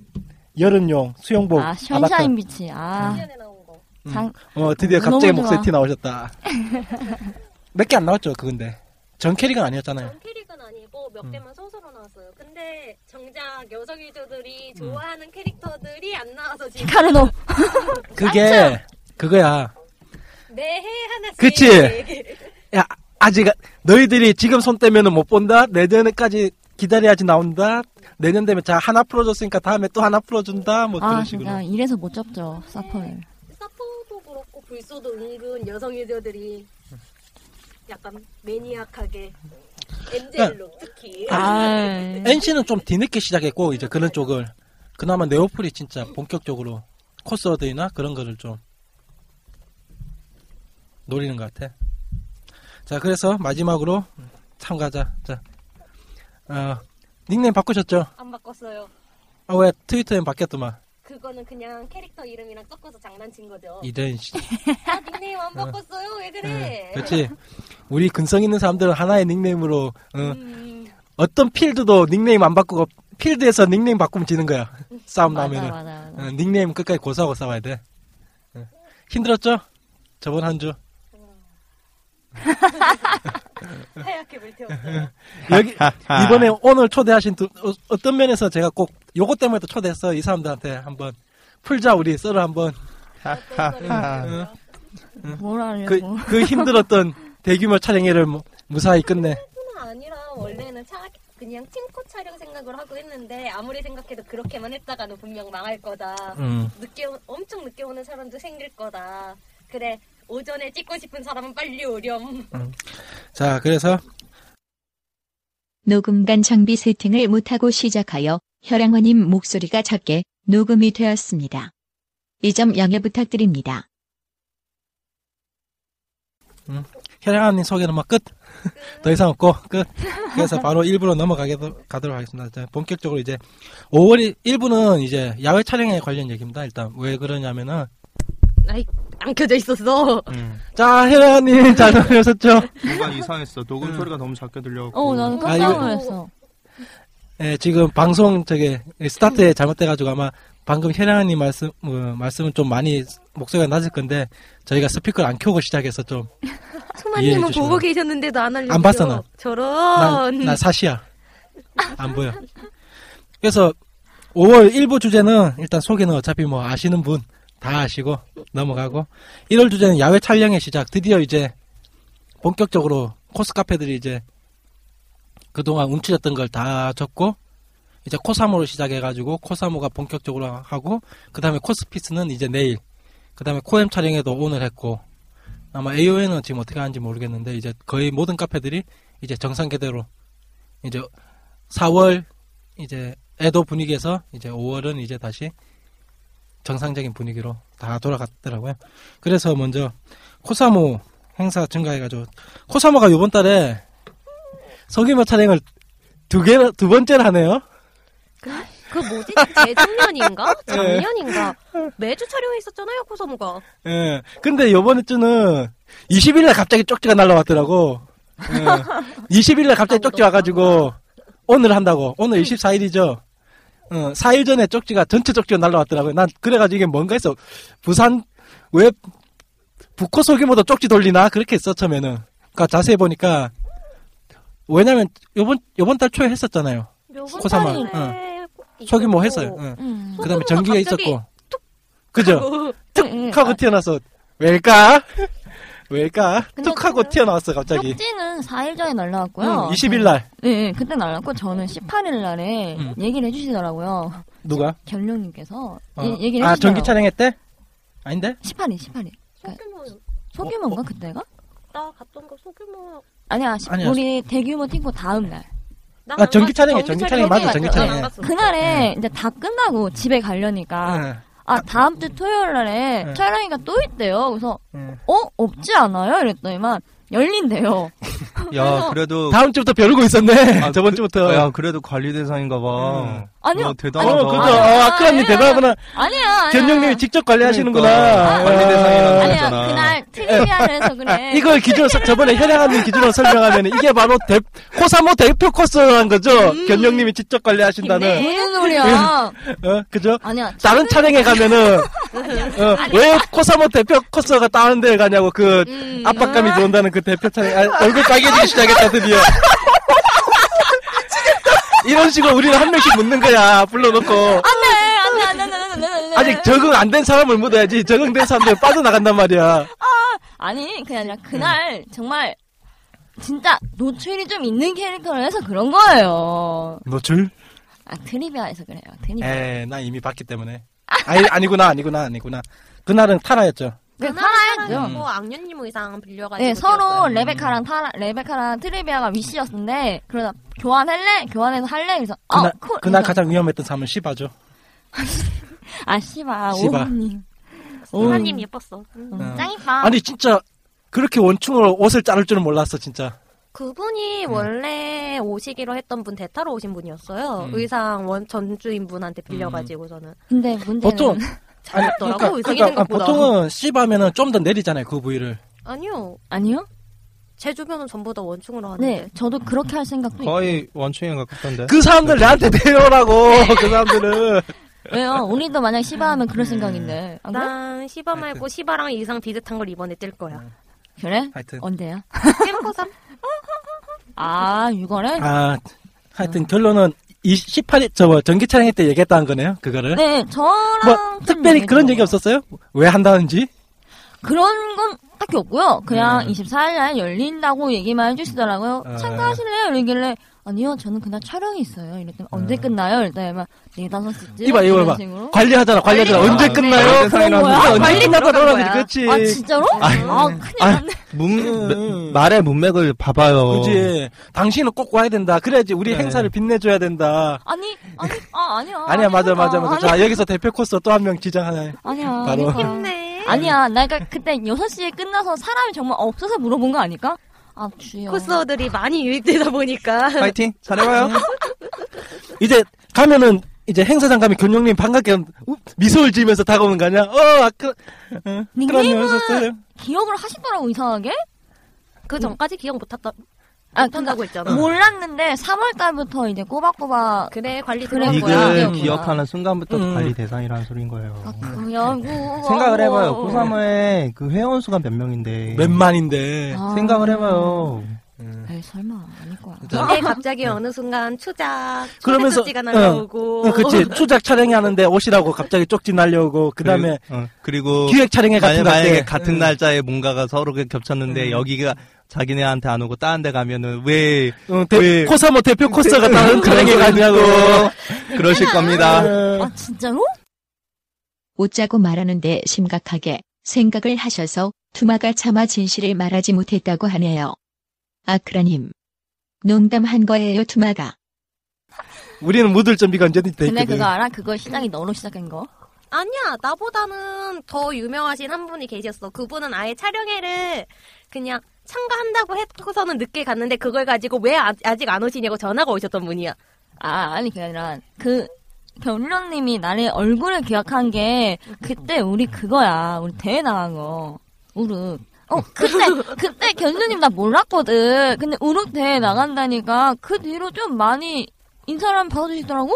Speaker 6: 여름용 수영복
Speaker 7: 아,
Speaker 6: 아바타.
Speaker 7: 션샤인 비치.
Speaker 9: 음.
Speaker 7: 아. 장,
Speaker 6: 어 드디어
Speaker 7: 너무
Speaker 6: 갑자기
Speaker 7: 좋아.
Speaker 6: 목소리 티 나오셨다. 몇 개 안 나왔죠 그 근데 전 캐릭은 아니었잖아요.
Speaker 1: 캐릭은 아니고 몇 개만 소수로 나왔어요. 근데 정작 여성 유저들이 좋아하는 캐릭터들이 안 나와서 지금
Speaker 7: 히카르노.
Speaker 6: 그게 그거야.
Speaker 1: 매해 하나씩
Speaker 6: 그치?
Speaker 7: 예.
Speaker 1: 얘기를
Speaker 6: 야, 아직 너희들이 지금 손 떼면은 못 본다. 내년에까지
Speaker 9: 기다려야지 나온다. 내년 되면 자 하나 풀어줬으니까 다음에 또 하나 풀어준다. 뭐 그런
Speaker 7: 아
Speaker 9: 식으로.
Speaker 7: 진짜 이래서 못 잡죠 사퍼를.
Speaker 1: 사포도 그렇고 불소도 은근 여성 유저들이 약간 매니악하게 엔젤로 특히
Speaker 9: NC는 좀 뒤늦게 시작했고 이제 그런 쪽을 그나마 네오플이 진짜 본격적으로 코스워드이나 그런 거를 좀 노리는 것 같아. 자 그래서 마지막으로 참가자 자 어, 닉네임 바꾸셨죠?
Speaker 1: 안 바꿨어요.
Speaker 9: 아, 왜 트위터엔 바뀌었더만
Speaker 1: 그거는 그냥 캐릭터 이름이랑 섞어서 장난친 거죠.
Speaker 9: 이대현 씨.
Speaker 1: 아 닉네임 안 바꿨어요. 왜
Speaker 9: 네.
Speaker 1: 그래?
Speaker 7: 예.
Speaker 9: 그렇지 우리 근성 있는 사람들은 하나의 닉네임으로 어,
Speaker 7: 음.
Speaker 9: 어떤 필드도 닉네임 안 바꾸고 필드에서 닉네임 바꾸면 지는 거야 싸움
Speaker 7: 맞아,
Speaker 9: 나면은
Speaker 7: 맞아, 맞아.
Speaker 9: 어, 닉네임 끝까지 고수하고 싸워야 돼 어. 힘들었죠 저번 한주
Speaker 1: 어. 하얗게 불태웠어요.
Speaker 9: 여기 이번에 오늘 초대하신 두, 어, 떤 면에서 제가 꼭 요것 때문에 또 초대해서 이 사람들한테 한번 풀자 우리 썰을 한번 어, 어.
Speaker 7: 뭐라려고.
Speaker 9: 그, 그 힘들었던 대규모 촬영회를 무- 무사히 끝내
Speaker 1: 뿐만 아니라 원래는 차, 그냥 팀코 촬영 생각을 하고 했는데 아무리 생각해도 그렇게만 했다가는 분명 망할 거다.
Speaker 9: 음.
Speaker 1: 늦게 오- 엄청 늦게 오는 사람도 생길 거다. 그래 오전에 찍고 싶은 사람은 빨리 오렴.
Speaker 9: 자 그래서
Speaker 3: 녹음간 장비 세팅을 못하고 시작하여 혈양원님 목소리가 작게 녹음이 되었습니다. 이 점 양해 부탁드립니다.
Speaker 9: 음, 혈양아님 소개는 뭐 끝. 더 이상 없고 끝. 그래서 바로 1부로 넘어가도록 하겠습니다. 자, 본격적으로 이제 5월이 1부는 이제 야외 촬영에 관련 얘기입니다. 일단 왜 그러냐면은 음.
Speaker 11: 아이, 안 켜져 있었어.
Speaker 9: 자 혈양아님 잘 다녀오셨죠?
Speaker 6: 뭔가 이상했어. 녹음 소리가 너무 작게 들려갖고.
Speaker 7: 어 나는
Speaker 9: 아,
Speaker 7: 깜짝 놀랐어.
Speaker 9: 예, 지금 방송 저게 스타트에 잘못돼가지고 아마 방금 혈양아님 말씀 어, 말씀은 좀 많이 목소리가 낮을 건데 저희가 스피커를 안 켜고 시작해서 좀
Speaker 11: 소마님은
Speaker 9: 이해해 주시고요.
Speaker 11: 보고 계셨는데도 안 알려줘요.
Speaker 9: 안 봤어, 나.
Speaker 11: 저런.
Speaker 9: 나, 나 사시야. 안 보여. 그래서 5월 1부 주제는 일단 소개는 어차피 뭐 아시는 분 다 아시고 넘어가고 1월 주제는 야외 촬영의 시작. 드디어 이제 본격적으로 코스 카페들이 이제 그동안 움츠렸던 걸 다 접고 이제 코사모로 시작해가지고 코사모가 본격적으로 하고 그 다음에 코스피스는 이제 내일 그 다음에 코엠 촬영에도 오늘 했고 아마 AON은 지금 어떻게 하는지 모르겠는데 이제 거의 모든 카페들이 이제 정상 계대로 이제 4월 이제 애도 분위기에서 이제 5월은 이제 다시 정상적인 분위기로 다 돌아갔더라고요. 그래서 먼저 코사모 행사 증가해가지고 코사모가 이번 달에 소규모 촬영을 두 개, 두 번째를 하네요.
Speaker 11: 그 뭐지? 재작년인가? 작년인가? 매주 촬영했었잖아요, 코사모가.
Speaker 9: 예. 근데 요번 주는 20일날 갑자기 쪽지가 날라왔더라고. 예. 20일날 갑자기 쪽지 와가지고 오늘 한다고. 오늘 24일이죠. 어, 4일 전에 쪽지가 전체 쪽지가 날라왔더라고요. 난 그래가지고 이게 뭔가 해서 부산 왜 북코 소규모도 쪽지 돌리나 그렇게 했어 처음에는. 그러니까 자세히 보니까 왜냐면 요번 요번 달 초에 했었잖아요. 코사마. 어.
Speaker 1: 네.
Speaker 9: 소규모 했어요. 응. 그다음에 전기가 있었고. 그죠? 툭 하고 튀어나와서 왜일까? 왜일까? 툭 하고 튀어나왔어 갑자기.
Speaker 7: 쪽지는 4일 전에
Speaker 9: 응,
Speaker 7: 날라왔고요.
Speaker 9: 20일 음, 날
Speaker 7: 네, 네, 그때 날랐고 저는 18일 날에
Speaker 9: 음.
Speaker 7: 얘기를 해주시더라고요.
Speaker 9: 누가?
Speaker 7: 결룡님께서
Speaker 9: 어.
Speaker 7: 예- 얘기를
Speaker 9: 아
Speaker 7: 해주시더라고요.
Speaker 9: 전기 촬영했대? 아닌데?
Speaker 7: 18일, 18일.
Speaker 1: 소규모
Speaker 7: 그러니까 소규모인가 그때가?
Speaker 1: 나 갔던 거 소규모
Speaker 7: 아니야, 시-
Speaker 9: 어, 아니야.
Speaker 7: 우리 대규모 팀고 다음 날.
Speaker 1: 나
Speaker 9: 아, 전기 촬영이야, 전기 촬영이 맞아, 전기 촬영이야. 네.
Speaker 7: 그날에 이제 다 끝나고 집에 가려니까 아 다음 주 토요일 날에
Speaker 9: 응.
Speaker 7: 촬영이가 또 있대요. 그래서 어 없지 않아요? 이랬더니만 열린대요.
Speaker 6: 야, 그래도
Speaker 9: 다음 주부터 벼르고 있었네. 저번 주부터.
Speaker 6: 야, 아, 그래도 관리 대상인가 봐.
Speaker 7: 아니요.
Speaker 6: 야, 대단하다.
Speaker 9: 어, 그죠. 아, 아크라님 대단하구나.
Speaker 7: 아니야.
Speaker 9: 견영님이 직접 관리하시는구나.
Speaker 6: 그러니까, 관리 대상이라고
Speaker 9: 아.
Speaker 6: 했잖아. 아니야,
Speaker 7: 그날 트리비아에서 그래.
Speaker 9: 이걸 기준 저번에 현양하는 기준으로 설명하면 이게 바로 대, 코사모 대표 코스라는 거죠. 견영님이 직접 관리하신다는.
Speaker 7: 무슨 소리야?
Speaker 9: 어, 그죠?
Speaker 7: 아니야.
Speaker 9: 다른 촬영에 가면은 어, 왜 코사모 대표 코스가 다른 데 가냐고 그
Speaker 7: 음. 아,
Speaker 9: 압박감이 들어온다는 그 대표 촬영 아, 얼굴 빨개지기 시작했다 드디어. 이런 식으로 우리는 한 명씩 묻는 거야 불러놓고
Speaker 7: 안돼 안돼 안돼 안돼 안돼.
Speaker 9: 아직 적응 안 된 사람을 묻어야지 적응된 사람들 빠져나간단 말이야.
Speaker 7: 아니 그게 아니라 그날 정말 진짜 노출이 좀 있는 캐릭터를 해서 그런 거예요.
Speaker 9: 노출?
Speaker 7: 아 트리비아에서 그래요. 트리비아.
Speaker 9: 에, 나 이미 봤기 때문에. 아니, 아니구나, 아니구나, 아니구나. 그날은 타라였죠. 음.
Speaker 7: 네,
Speaker 11: 뭐
Speaker 7: 타라였죠.
Speaker 11: 악녀님 의상 빌려가지고.
Speaker 7: 네, 서로
Speaker 11: 뛰었어요.
Speaker 7: 레베카랑 타라, 레베카랑 트리비아가 위시였는데 그러다 교환할래? 교환해서 할래? 그래서 어,
Speaker 9: 그날,
Speaker 7: 쿨.
Speaker 9: 그날
Speaker 7: 그래서
Speaker 9: 가장 위험했던 사람은 시바죠.
Speaker 7: 아 씨바
Speaker 9: 씨바.
Speaker 7: 오님.
Speaker 11: 스마님 예뻤어.
Speaker 9: 음.
Speaker 7: 짱 이빠.
Speaker 9: 아니, 진짜, 그렇게 원충으로 옷을 자를 줄은 몰랐어, 진짜.
Speaker 11: 그분이 원래 오시기로 했던 분 대타로 오신 분이었어요.
Speaker 9: 음.
Speaker 11: 의상 원 전주인 분한테 빌려가지고 저는.
Speaker 7: 근데 문제는
Speaker 9: 보통-
Speaker 11: 잘했더라고 의상이
Speaker 9: 그러니까
Speaker 11: 생각보다.
Speaker 9: 보통은 시바면은 좀 더 내리잖아요, 그 부위를.
Speaker 11: 아니요.
Speaker 7: 아니요?
Speaker 11: 제 주변은 전부 다 원충으로 하는데.
Speaker 7: 네, 저도 그렇게 할 생각도
Speaker 11: 그러니까.
Speaker 6: 거의 원충에 가깝던데. 네.
Speaker 9: 그 사람들 나한테
Speaker 11: 네.
Speaker 9: 내려오라고, 그 사람들은.
Speaker 7: 있- 왜요? 우리도 만약 시바하면
Speaker 11: 음.
Speaker 7: 그럴 생각인데. 안 그래?
Speaker 11: 난 시바 말고 시바랑 이상 비슷한 걸 이번에 뜰 거야.
Speaker 7: 그래?
Speaker 9: 하여튼.
Speaker 11: 어.
Speaker 7: 언제야?
Speaker 11: 캠코삼?
Speaker 7: 아, 6월에?
Speaker 9: 아, 하여튼 결론은 이 18일, 저, 뭐, 전기 촬영회 때 얘기했다는 거네요, 그거를.
Speaker 7: 네, 저랑
Speaker 9: 뭐,
Speaker 11: 음,
Speaker 9: 특별히 그런 얘기 없었어요? 왜 한다는지?
Speaker 7: 그런 건 딱히 없고요. 그냥 24일 날 열린다고 얘기만 해주시더라고요.
Speaker 9: 음. 아.
Speaker 7: 참가하실래요? 이러길래 아니요, 저는 그날 촬영이 있어요. 이랬더니 언제 끝나요? 이랬더니 막 4, 5시쯤
Speaker 9: 아.
Speaker 7: 어,
Speaker 9: 이봐, 이거 봐봐. 어? 관리하잖아, 관리하잖아. 언제 끝나요?
Speaker 7: 그런
Speaker 9: 그게
Speaker 7: 거야?
Speaker 9: 언제 끝나다 놀아야지,
Speaker 7: 거야?
Speaker 9: 그렇지.
Speaker 7: 아, 진짜로? 아,
Speaker 6: 아, 문, 매- 말의 문맥을 봐봐요.
Speaker 9: 그지. 음, 당신은 꼭 와야 된다. 그래야지 우리
Speaker 6: 네.
Speaker 9: 행사를 빛내줘야 된다.
Speaker 7: 아니, 아니, 아, 어, 아니야. 어,
Speaker 9: 아니야, 맞아, 맞아, 맞아. 자,
Speaker 7: 아니야.
Speaker 9: 여기서 대표 코스 또 한 명 지정하네.
Speaker 7: 아니야.
Speaker 9: 바로.
Speaker 1: 네.
Speaker 7: 아니까. 아니야. 나 그러니까 그때 6시에 끝나서 사람이 정말 없어서 물어본 거 아닐까? 아, 주여.
Speaker 11: 코스어들이 많이 유입되다
Speaker 7: 아,
Speaker 11: 보니까.
Speaker 7: 네.
Speaker 6: 파이팅! 잘해봐요.
Speaker 9: 이제 가면은 이제 행사장 가면 교육님 반갑게 우- 미소를 지으면서 다가오는 거 아니야? 어, 아까 응, 그런
Speaker 7: 닉네임은
Speaker 9: 면에서
Speaker 7: 기억을 하시더라고, 이상하게?
Speaker 11: 그 전까지 기억 못했다.
Speaker 7: 아,
Speaker 11: 못한다고
Speaker 7: 그러니까
Speaker 11: 했잖아.
Speaker 7: 몰랐는데 3월 달부터 이제 꼬박꼬박
Speaker 11: 그래 관리
Speaker 7: 그래
Speaker 6: 이걸
Speaker 7: 거야.
Speaker 6: 네, 기억하는 순간부터
Speaker 9: 음.
Speaker 6: 관리 대상이라는 소리인 거예요.
Speaker 7: 아, 그냥 뭐. 네,
Speaker 6: 생각을
Speaker 7: 어,
Speaker 6: 해봐요. 고3의 그 회원 수가 몇 명인데.
Speaker 9: 웬만인데. 음.
Speaker 7: 아.
Speaker 6: 생각을 해봐요.
Speaker 7: 에이, 설마 아닐 거야.
Speaker 6: 네.
Speaker 11: 근데 갑자기 어느 순간 추작
Speaker 9: 그러면서 어.
Speaker 11: 추지가
Speaker 9: 응,
Speaker 11: 날아오고.
Speaker 9: 응, 그치 추작 촬영회 하는데 옷이라고 갑자기 쪽지 날려오고 그 다음에
Speaker 6: 그리고, 어, 그리고
Speaker 9: 기획 촬영회
Speaker 6: 만약-
Speaker 9: 같은 거 할
Speaker 6: 만약에
Speaker 9: 때.
Speaker 6: 같은
Speaker 9: 음.
Speaker 6: 날짜에 뭔가가 서로 그 겹쳤는데 여기가 자기네한테 안 오고 다른 데 가면은 왜,
Speaker 9: 음, 대-
Speaker 6: 왜
Speaker 9: 코사모 뭐 대표 코스가
Speaker 6: 대-
Speaker 9: 다른 촬영회 예, 가냐고.
Speaker 6: 예, 그러실 겁니다.
Speaker 7: 아, 진짜로?
Speaker 3: 웃자고 말하는데 심각하게 생각을 하셔서 투마가 차마 진실을 말하지 못했다고 하네요. 아크라님. 농담한 거예요, 투마가.
Speaker 9: 우리는 묻을 준비가 언제든지
Speaker 6: 네,
Speaker 9: 돼
Speaker 7: 근데
Speaker 9: 있거든.
Speaker 7: 그거 알아? 그거 시장이 너로 시작한 거?
Speaker 11: 아니야, 나보다는 더 유명하신 한 분이 계셨어. 그분은 아예 촬영회를 그냥 참가한다고 했고서는 늦게 갔는데 그걸 가지고 왜 아, 직안 오시냐고 전화가 오셨던 분이야.
Speaker 7: 아, 아니, 그게 아니라, 그, 변론님이 나의 얼굴을 기억한 게, 그때 우리 그거야. 우리 대회 나간 거. 우룩. 어, 그때, 그때 견주님 나 몰랐거든. 근데 우룩 대회 나간다니까, 그 뒤로 좀 많이 인사를 한번 받아주시더라고?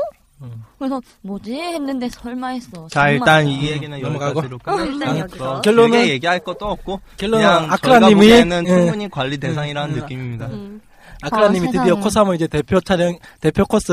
Speaker 7: 그래서, 뭐지? 했는데 설마 했어.
Speaker 6: 자,
Speaker 7: 정말.
Speaker 6: 일단 이 얘기는
Speaker 9: 넘어가고.
Speaker 6: 여기까지로
Speaker 1: 아,
Speaker 11: 일단 네, 여기서.
Speaker 6: 끝났고.
Speaker 9: 결론은-
Speaker 6: 결론은 얘기할 것도 없고
Speaker 9: 결론은
Speaker 6: 그냥
Speaker 9: 아크라님이-
Speaker 6: 아크라님이 저희가 보기에는
Speaker 9: 예.
Speaker 6: 충분히 관리 대상이라는
Speaker 9: 음.
Speaker 6: 느낌입니다.
Speaker 9: 아크라님이
Speaker 7: 아,
Speaker 9: 드디어
Speaker 7: 세상에.
Speaker 9: 코사모 뭐 이제 대표 촬영 대표 코스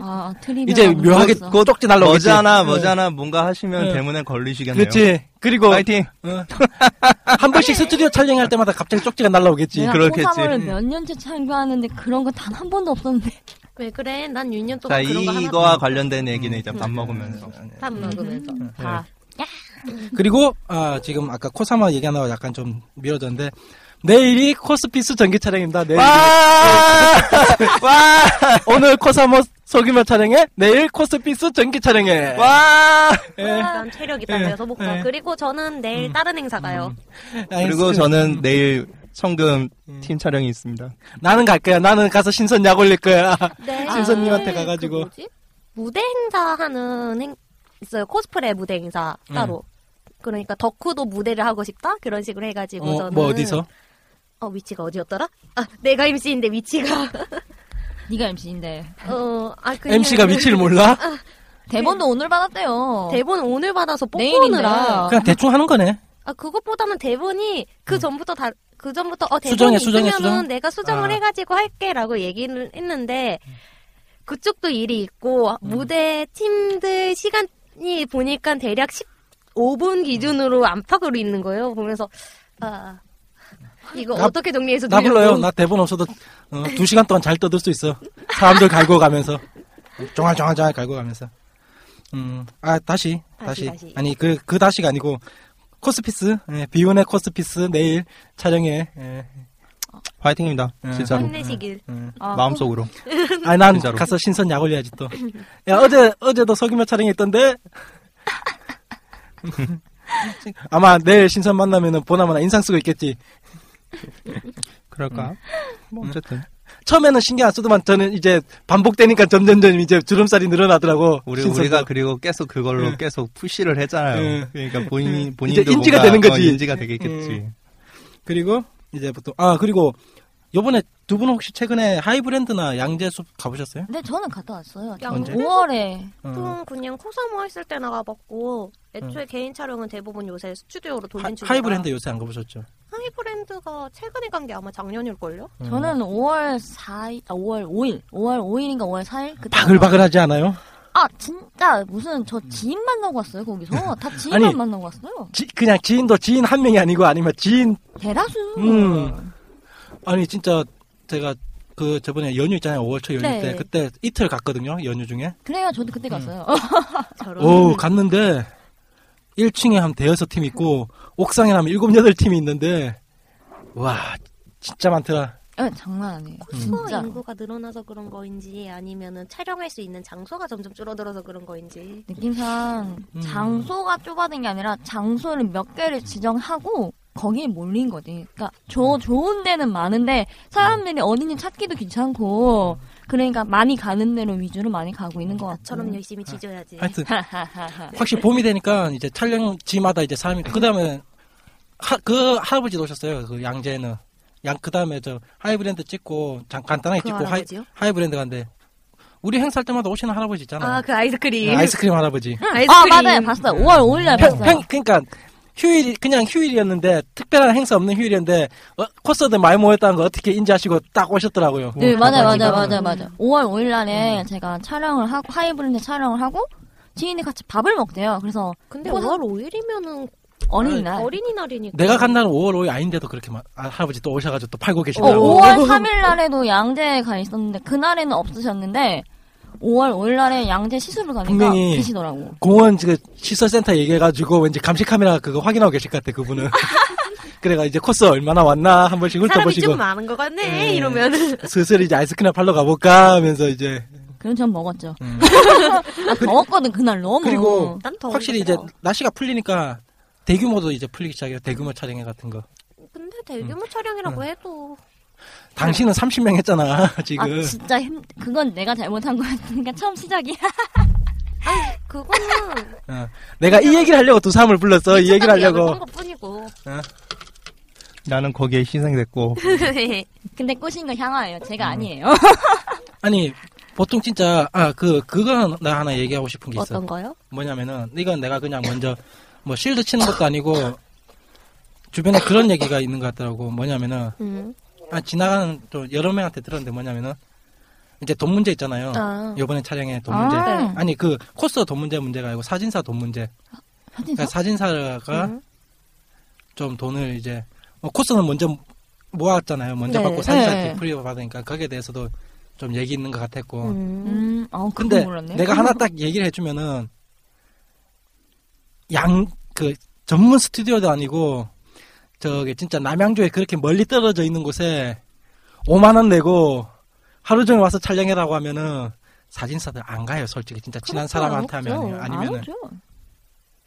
Speaker 7: 아, 트리비아.
Speaker 9: 이제 묘하게 그렇죠.
Speaker 7: 없어.
Speaker 9: 고독지 날라오겠지.
Speaker 6: 머지않아 뭐
Speaker 9: 응.
Speaker 6: 머지않아 뭔가 하시면
Speaker 9: 응.
Speaker 6: 대문에 걸리시겠네요.
Speaker 9: 그렇지. 그리고
Speaker 6: 파이팅.
Speaker 9: 응. 한 번씩 스튜디오 촬영할 때마다 갑자기 쪽지가 날라오겠지.
Speaker 7: 내가
Speaker 6: 그렇겠지. 음.
Speaker 7: 호사모를 몇 년째 참여하는데 그런 거 단 한 번도 없었는데.
Speaker 11: 왜 그래? 난 6년
Speaker 6: 자,
Speaker 11: 동안 그런 거 하나
Speaker 6: 이거와 관련된 얘기는 이제 밥 먹으면서.
Speaker 11: 밥 먹으면서
Speaker 6: 음.
Speaker 11: 다.
Speaker 9: 그리고 아, 지금 아까 코사마 얘기 하나 약간 좀 미뤄졌는데 내일이 코스피스 전기 촬영입니다. 내일
Speaker 6: 와!
Speaker 9: 오늘 코사모 소규모 촬영회, 내일 코스피스 전기 촬영회.
Speaker 6: 와!
Speaker 9: 예.
Speaker 11: 난 네. 체력이 딸려서 못 가.
Speaker 9: 예.
Speaker 11: 그리고 저는 내일
Speaker 9: 음.
Speaker 11: 다른 행사 가요.
Speaker 6: 그리고
Speaker 9: 알겠습니다.
Speaker 6: 저는 내일 성금 팀 촬영이 있습니다.
Speaker 9: 음. 나는 갈 거야. 나는 가서 신선 약 올릴 거야.
Speaker 11: 네.
Speaker 9: 신선님한테
Speaker 11: 아,
Speaker 9: 가가지고.
Speaker 11: 그 뭐지? 무대 행사 하는 행 있어요. 코스프레 무대 행사
Speaker 9: 음.
Speaker 11: 따로. 그러니까 덕후도 무대를 하고 싶다 그런 식으로 해가지고
Speaker 9: 어,
Speaker 11: 저는
Speaker 9: 뭐 어디서?
Speaker 11: 어 위치가 어디였더라? 아 내가 MC인데 위치가
Speaker 7: 네가 MC인데.
Speaker 11: 어아
Speaker 9: MC가 위치를 몰라?
Speaker 7: 대본도 오늘 받았대요.
Speaker 11: 대본 오늘 받아서
Speaker 7: 내일인데.
Speaker 11: 뽑고느라
Speaker 9: 그냥 대충 하는 거네.
Speaker 11: 아 그것보다는 대본이 그 전부터 다 그 전부터 어
Speaker 9: 수정해,
Speaker 11: 대본이
Speaker 9: 수정해,
Speaker 11: 있으면은
Speaker 9: 수정.
Speaker 11: 내가 수정을
Speaker 9: 아.
Speaker 11: 해가지고 할게라고 얘기를 했는데 그쪽도 일이
Speaker 9: 음.
Speaker 11: 있고 무대 팀들 시간이 보니까 대략 15분 기준으로 안팎으로 있는 거예요. 보면서 아 이거
Speaker 9: 나-
Speaker 11: 어떻게 정리해서
Speaker 9: 나
Speaker 11: 돌려고.
Speaker 9: 불러요. 나 대본 없어도 어, 두 시간 동안 잘 떠들 수 있어. 사람들 갈고 가면서 종알종알종알 갈고 가면서. 음, 아 다시
Speaker 11: 다시,
Speaker 9: 다시,
Speaker 11: 다시.
Speaker 9: 아니 그 그 다시가 아니고 코스피스 예, 비운의 코스피스 내일 촬영해. 예.
Speaker 6: 화이팅입니다.
Speaker 9: 예.
Speaker 6: 진짜로.
Speaker 11: 힘내시길.
Speaker 9: 예.
Speaker 11: 아,
Speaker 6: 마음속으로.
Speaker 9: 아니 난
Speaker 6: 진짜로.
Speaker 9: 가서 신선 약 올려야지 또. 야 어제 어제도 소규모 촬영했던데. 아마 내일 신선 만나면은 보나마나 인상 쓰고 있겠지. 음.
Speaker 6: 그럴까? 뭐 어쨌든
Speaker 9: 처음에는 신경 안 쓰더만 저는 이제 반복되니까 점점점 이제 주름살이 늘어나더라고.
Speaker 6: 우리
Speaker 9: 신선도. 음.
Speaker 6: 우리가 그리고 계속 그걸로
Speaker 9: 예.
Speaker 6: 계속 푸시를 했잖아요.
Speaker 9: 예.
Speaker 6: 그러니까 본인
Speaker 9: 예.
Speaker 6: 본인도
Speaker 9: 이제 인지가
Speaker 6: 뭔가
Speaker 9: 되는
Speaker 6: 더
Speaker 9: 거지.
Speaker 6: 인지가 되겠겠지.
Speaker 9: 음. 그리고 이제 보통 아 그리고 요번에 두 분 혹시 최근에 하이브랜드나 양재숲 가보셨어요?
Speaker 11: 네, 저는 갔다 왔어요.
Speaker 9: 언제?
Speaker 11: 5월에.
Speaker 9: 어.
Speaker 11: 보통 그냥 코사모 했을 때 나가봤고, 애초에 개인 촬영은 대부분 요새 스튜디오로 돌린 중이라.
Speaker 9: 음. 하이브랜드 요새 안 가보셨죠?
Speaker 11: 하이브랜드가 최근에 간 게 아마 작년일걸요?
Speaker 9: 음.
Speaker 7: 저는 5월 4일, 아, 5월 5일, 5월 5일인가 5월 4일 그때.
Speaker 9: 바글바글하지 않아요?
Speaker 7: 아 진짜 무슨 저 지인 만나고 왔어요 거기서 다 지인만
Speaker 9: 아니.
Speaker 7: 만나고 왔어요.
Speaker 9: 지- 그냥 지인도 지인 한 명이 아니고 아니면 지인
Speaker 7: 대다수.
Speaker 9: 음. 아니 진짜 제가 그 저번에 연휴 있잖아요 5월 초 연휴
Speaker 7: 네.
Speaker 9: 때 그때 이틀 갔거든요 연휴 중에
Speaker 7: 그래요 저도
Speaker 9: 음.
Speaker 7: 그때 갔어요. 음.
Speaker 9: 오 갔는데 1층에 한 대여섯 팀 있고 옥상에 한 일곱 여덟 팀이 있는데 와 진짜 많더라
Speaker 7: 예, 장난 아니에요.
Speaker 9: 음.
Speaker 11: 수거
Speaker 7: 진짜.
Speaker 11: 어, 인구가 늘어나서 그런 거인지 아니면은 촬영할 수 있는 장소가 점점 줄어들어서 그런 거인지
Speaker 7: 느낌상
Speaker 9: 음.
Speaker 7: 장소가 좁아진 게 아니라 장소를 몇 개를 지정하고 거기에 몰린 거지. 그러니까 저
Speaker 9: 음.
Speaker 7: 좋은 데는 많은데 사람들이 어딘지 찾기도 귀찮고 그러니까 많이 가는 데로 위주로 많이 가고 있는 것 같아요.
Speaker 11: 나처럼 열심히 지져야지.
Speaker 9: 하여튼 확실히 봄이 되니까 이제 촬영지마다 이제 사람이 그 다음에 그 할아버지도 오셨어요 그 양재는 양그 다음에 저 하이브랜드 찍고 장- 간단하게
Speaker 11: 그
Speaker 9: 찍고 하이,
Speaker 11: 할아버지요?
Speaker 9: 하이브랜드 간데 우리 행사할 때마다 오시는 할아버지 있잖아
Speaker 11: 아, 그 아이스크림.
Speaker 9: 네, 아이스크림 할아버지
Speaker 7: 아 맞아요 봤어요. 5월 5일날
Speaker 9: 평,
Speaker 7: 봤어요.
Speaker 9: 평, 그러니까 휴일 그냥 휴일이었는데 특별한 행사 없는 휴일이었는데 어, 코스들 많이 모였다는 거 어떻게 인지하시고 딱 오셨더라고요.
Speaker 7: 네, 맞아요, 맞아요, 맞아요,
Speaker 9: 뭐 음.
Speaker 7: 맞아요. 5월 5일 날에 제가 촬영을 하고, 하이브랜드 촬영을 하고, 지인이 같이 밥을 먹대요. 그래서.
Speaker 11: 근데 뭐
Speaker 7: 코사-
Speaker 11: 5월 5일이면은
Speaker 7: 아, 어린이날.
Speaker 11: 어린이날이니까.
Speaker 9: 내가 간 날은 5월 5일 아닌데도 그렇게 막 아, 할아버지 또 오셔가지고 또 팔고
Speaker 7: 어,
Speaker 9: 계시더라고.
Speaker 7: 5월 3일 날에도 양재에 가 있었는데, 그날에는 없으셨는데, 5월 5일 날에 양재 시술을 가니까
Speaker 9: 분명히
Speaker 7: 계시더라고.
Speaker 9: 공원 그 시설센터 얘기해가지고 왠지 감시 카메라 그거 확인하고 계실 것 같아 그분은. 그래가 이제 코스 얼마나 왔나 한 번씩
Speaker 11: 사람이
Speaker 9: 훑어보시고
Speaker 11: 좀 많은 것 같네
Speaker 9: 예.
Speaker 11: 이러면은 어,
Speaker 9: 슬슬 이제 아이스크림 팔러 가볼까 하면서 이제
Speaker 7: 그럼 전 먹었죠. 아, 더웠거든, 그날 너무.
Speaker 9: 음. 그리고
Speaker 11: 난 더운데.
Speaker 9: 확실히 이제 날씨가 풀리니까 대규모도 이제 풀리기 시작해요 대규모 촬영 같은 거.
Speaker 11: 근데 대규모 촬영이라고 해도
Speaker 9: 당신은 30명 했잖아 지금.
Speaker 7: 아, 진짜 힘, 그건 내가 잘못한 거였으니까 처음 시작이야.
Speaker 11: 그거는
Speaker 9: 어. 내가 이 얘기를 하려고 두 사람을 불렀어. 이
Speaker 11: 아,
Speaker 9: 얘기를 하려고.
Speaker 11: 것뿐이고
Speaker 9: 어.
Speaker 6: 나는 거기에 희생됐고
Speaker 7: 근데 꼬신 건 향아예요. 제가 아니에요.
Speaker 9: 아니 보통 진짜 아 그 그거 나 하나 얘기하고 싶은 게 있어.
Speaker 11: 어떤 거요?
Speaker 9: 뭐냐면은 이건 내가 그냥 먼저 뭐 실드 치는 것도 아니고 주변에 그런 얘기가 있는 것 같더라고. 뭐냐면은
Speaker 11: 음.
Speaker 9: 아 지나가는 또 여러 명한테 들었는데 뭐냐면은 이제 돈 문제 있잖아요.
Speaker 11: 아.
Speaker 9: 요번에 촬영에 돈
Speaker 7: 아.
Speaker 9: 문제.
Speaker 7: 네.
Speaker 9: 아니 그 코스 돈 문제 문제가 아니고 사진사 돈 문제.
Speaker 7: 사진사?
Speaker 9: 그러니까 사진사가
Speaker 7: 어? 음.
Speaker 9: 좀 돈을 이제 뭐 코스는 먼저 모았잖아요. 먼저
Speaker 7: 네.
Speaker 9: 받고 사진사한테
Speaker 7: 네.
Speaker 9: 프리로 받으니까 거기에 대해서도 좀 얘기 있는 것 같았고.
Speaker 7: 음, 아, 그건
Speaker 9: 어. 근데
Speaker 7: 몰랐네.
Speaker 9: 내가 하나 딱 얘기를 해주면은 양 그 전문 스튜디오도 아니고 저기 진짜 남양주에 그렇게 멀리 떨어져 있는 곳에 5만 원 내고 하루 종일 와서 촬영해라고 하면은 사진사들 안 가요 솔직히 진짜 친한 사람한테 하면 아니면은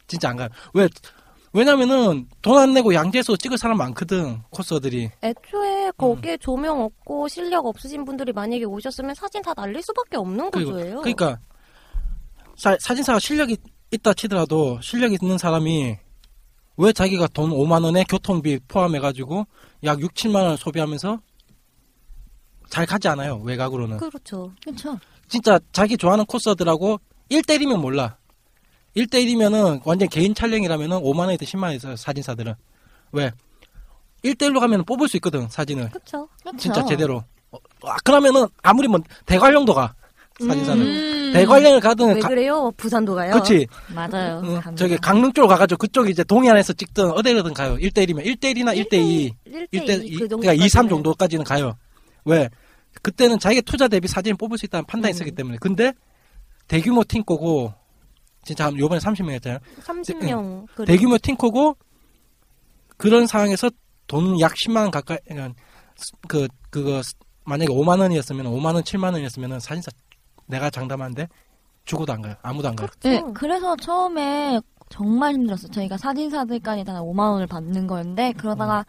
Speaker 9: 진짜 안 가요 왜 왜냐면은 돈 안 내고 양재에서 찍을 사람 많거든 코스들이
Speaker 11: 어, 애초에
Speaker 9: 음.
Speaker 11: 거기에 조명 없고 실력 없으신 분들이 만약에 오셨으면 사진 다 날릴 수밖에 없는
Speaker 9: 그리고-
Speaker 11: 구조예요.
Speaker 9: 그러니까 사, 사진사가 실력이 있다 치더라도 실력 있는 사람이 왜 자기가 돈 5만 원에 교통비 포함해 가지고 약 6, 7만 원을 소비하면서 잘 가지 않아요. 외곽으로는.
Speaker 11: 그렇죠.
Speaker 7: 그렇죠.
Speaker 9: 진짜 자기 좋아하는 코스들하고 1대1이면 몰라. 1대1이면은 완전 개인 촬영이라면은 5만 원에서 10만 원에서 사진사들은. 왜? 1대1로 가면 뽑을 수 있거든, 사진을.
Speaker 11: 그렇죠.
Speaker 9: 진짜 제대로. 어, 아, 그러면은 아무리 뭐 대관령도 가. 사진사는
Speaker 11: 음.
Speaker 9: 대관령을 가든
Speaker 11: 왜
Speaker 9: 가-
Speaker 11: 그래요? 어, 부산도 가요?
Speaker 9: 그치. 어,
Speaker 7: 맞아요.
Speaker 9: 저기 강릉 쪽으로 가가지고 그쪽이 이제 동해안에서 찍든 어디로든 가요. 1대1이면 1대1이나 1대2.
Speaker 11: 1대1, 그
Speaker 9: 그러니까 2, 3 정도까지는 가요. 왜? 그때는 자기의 투자 대비 사진을 뽑을 수 있다는
Speaker 11: 음.
Speaker 9: 판단이 있었기 때문에. 근데 대규모 팀코고 진짜 한 요번에 30명이었잖아요.
Speaker 11: 30명
Speaker 9: 응.
Speaker 11: 그래.
Speaker 9: 대규모 팀코고 그런 상황에서 돈 약 10만 원 가까이 그러니까 스- 그 그거 스- 만약에 5만 원이었으면 5만 원, 7만 원이었으면 사진사 내가 장담하는데 죽어도 안 가요. 아무도 안 가요.
Speaker 7: 네, 그래서 처음에 정말 힘들었어요. 저희가 사진사들까지 다 5만 원을 받는 거였는데
Speaker 9: 음.
Speaker 7: 그러다가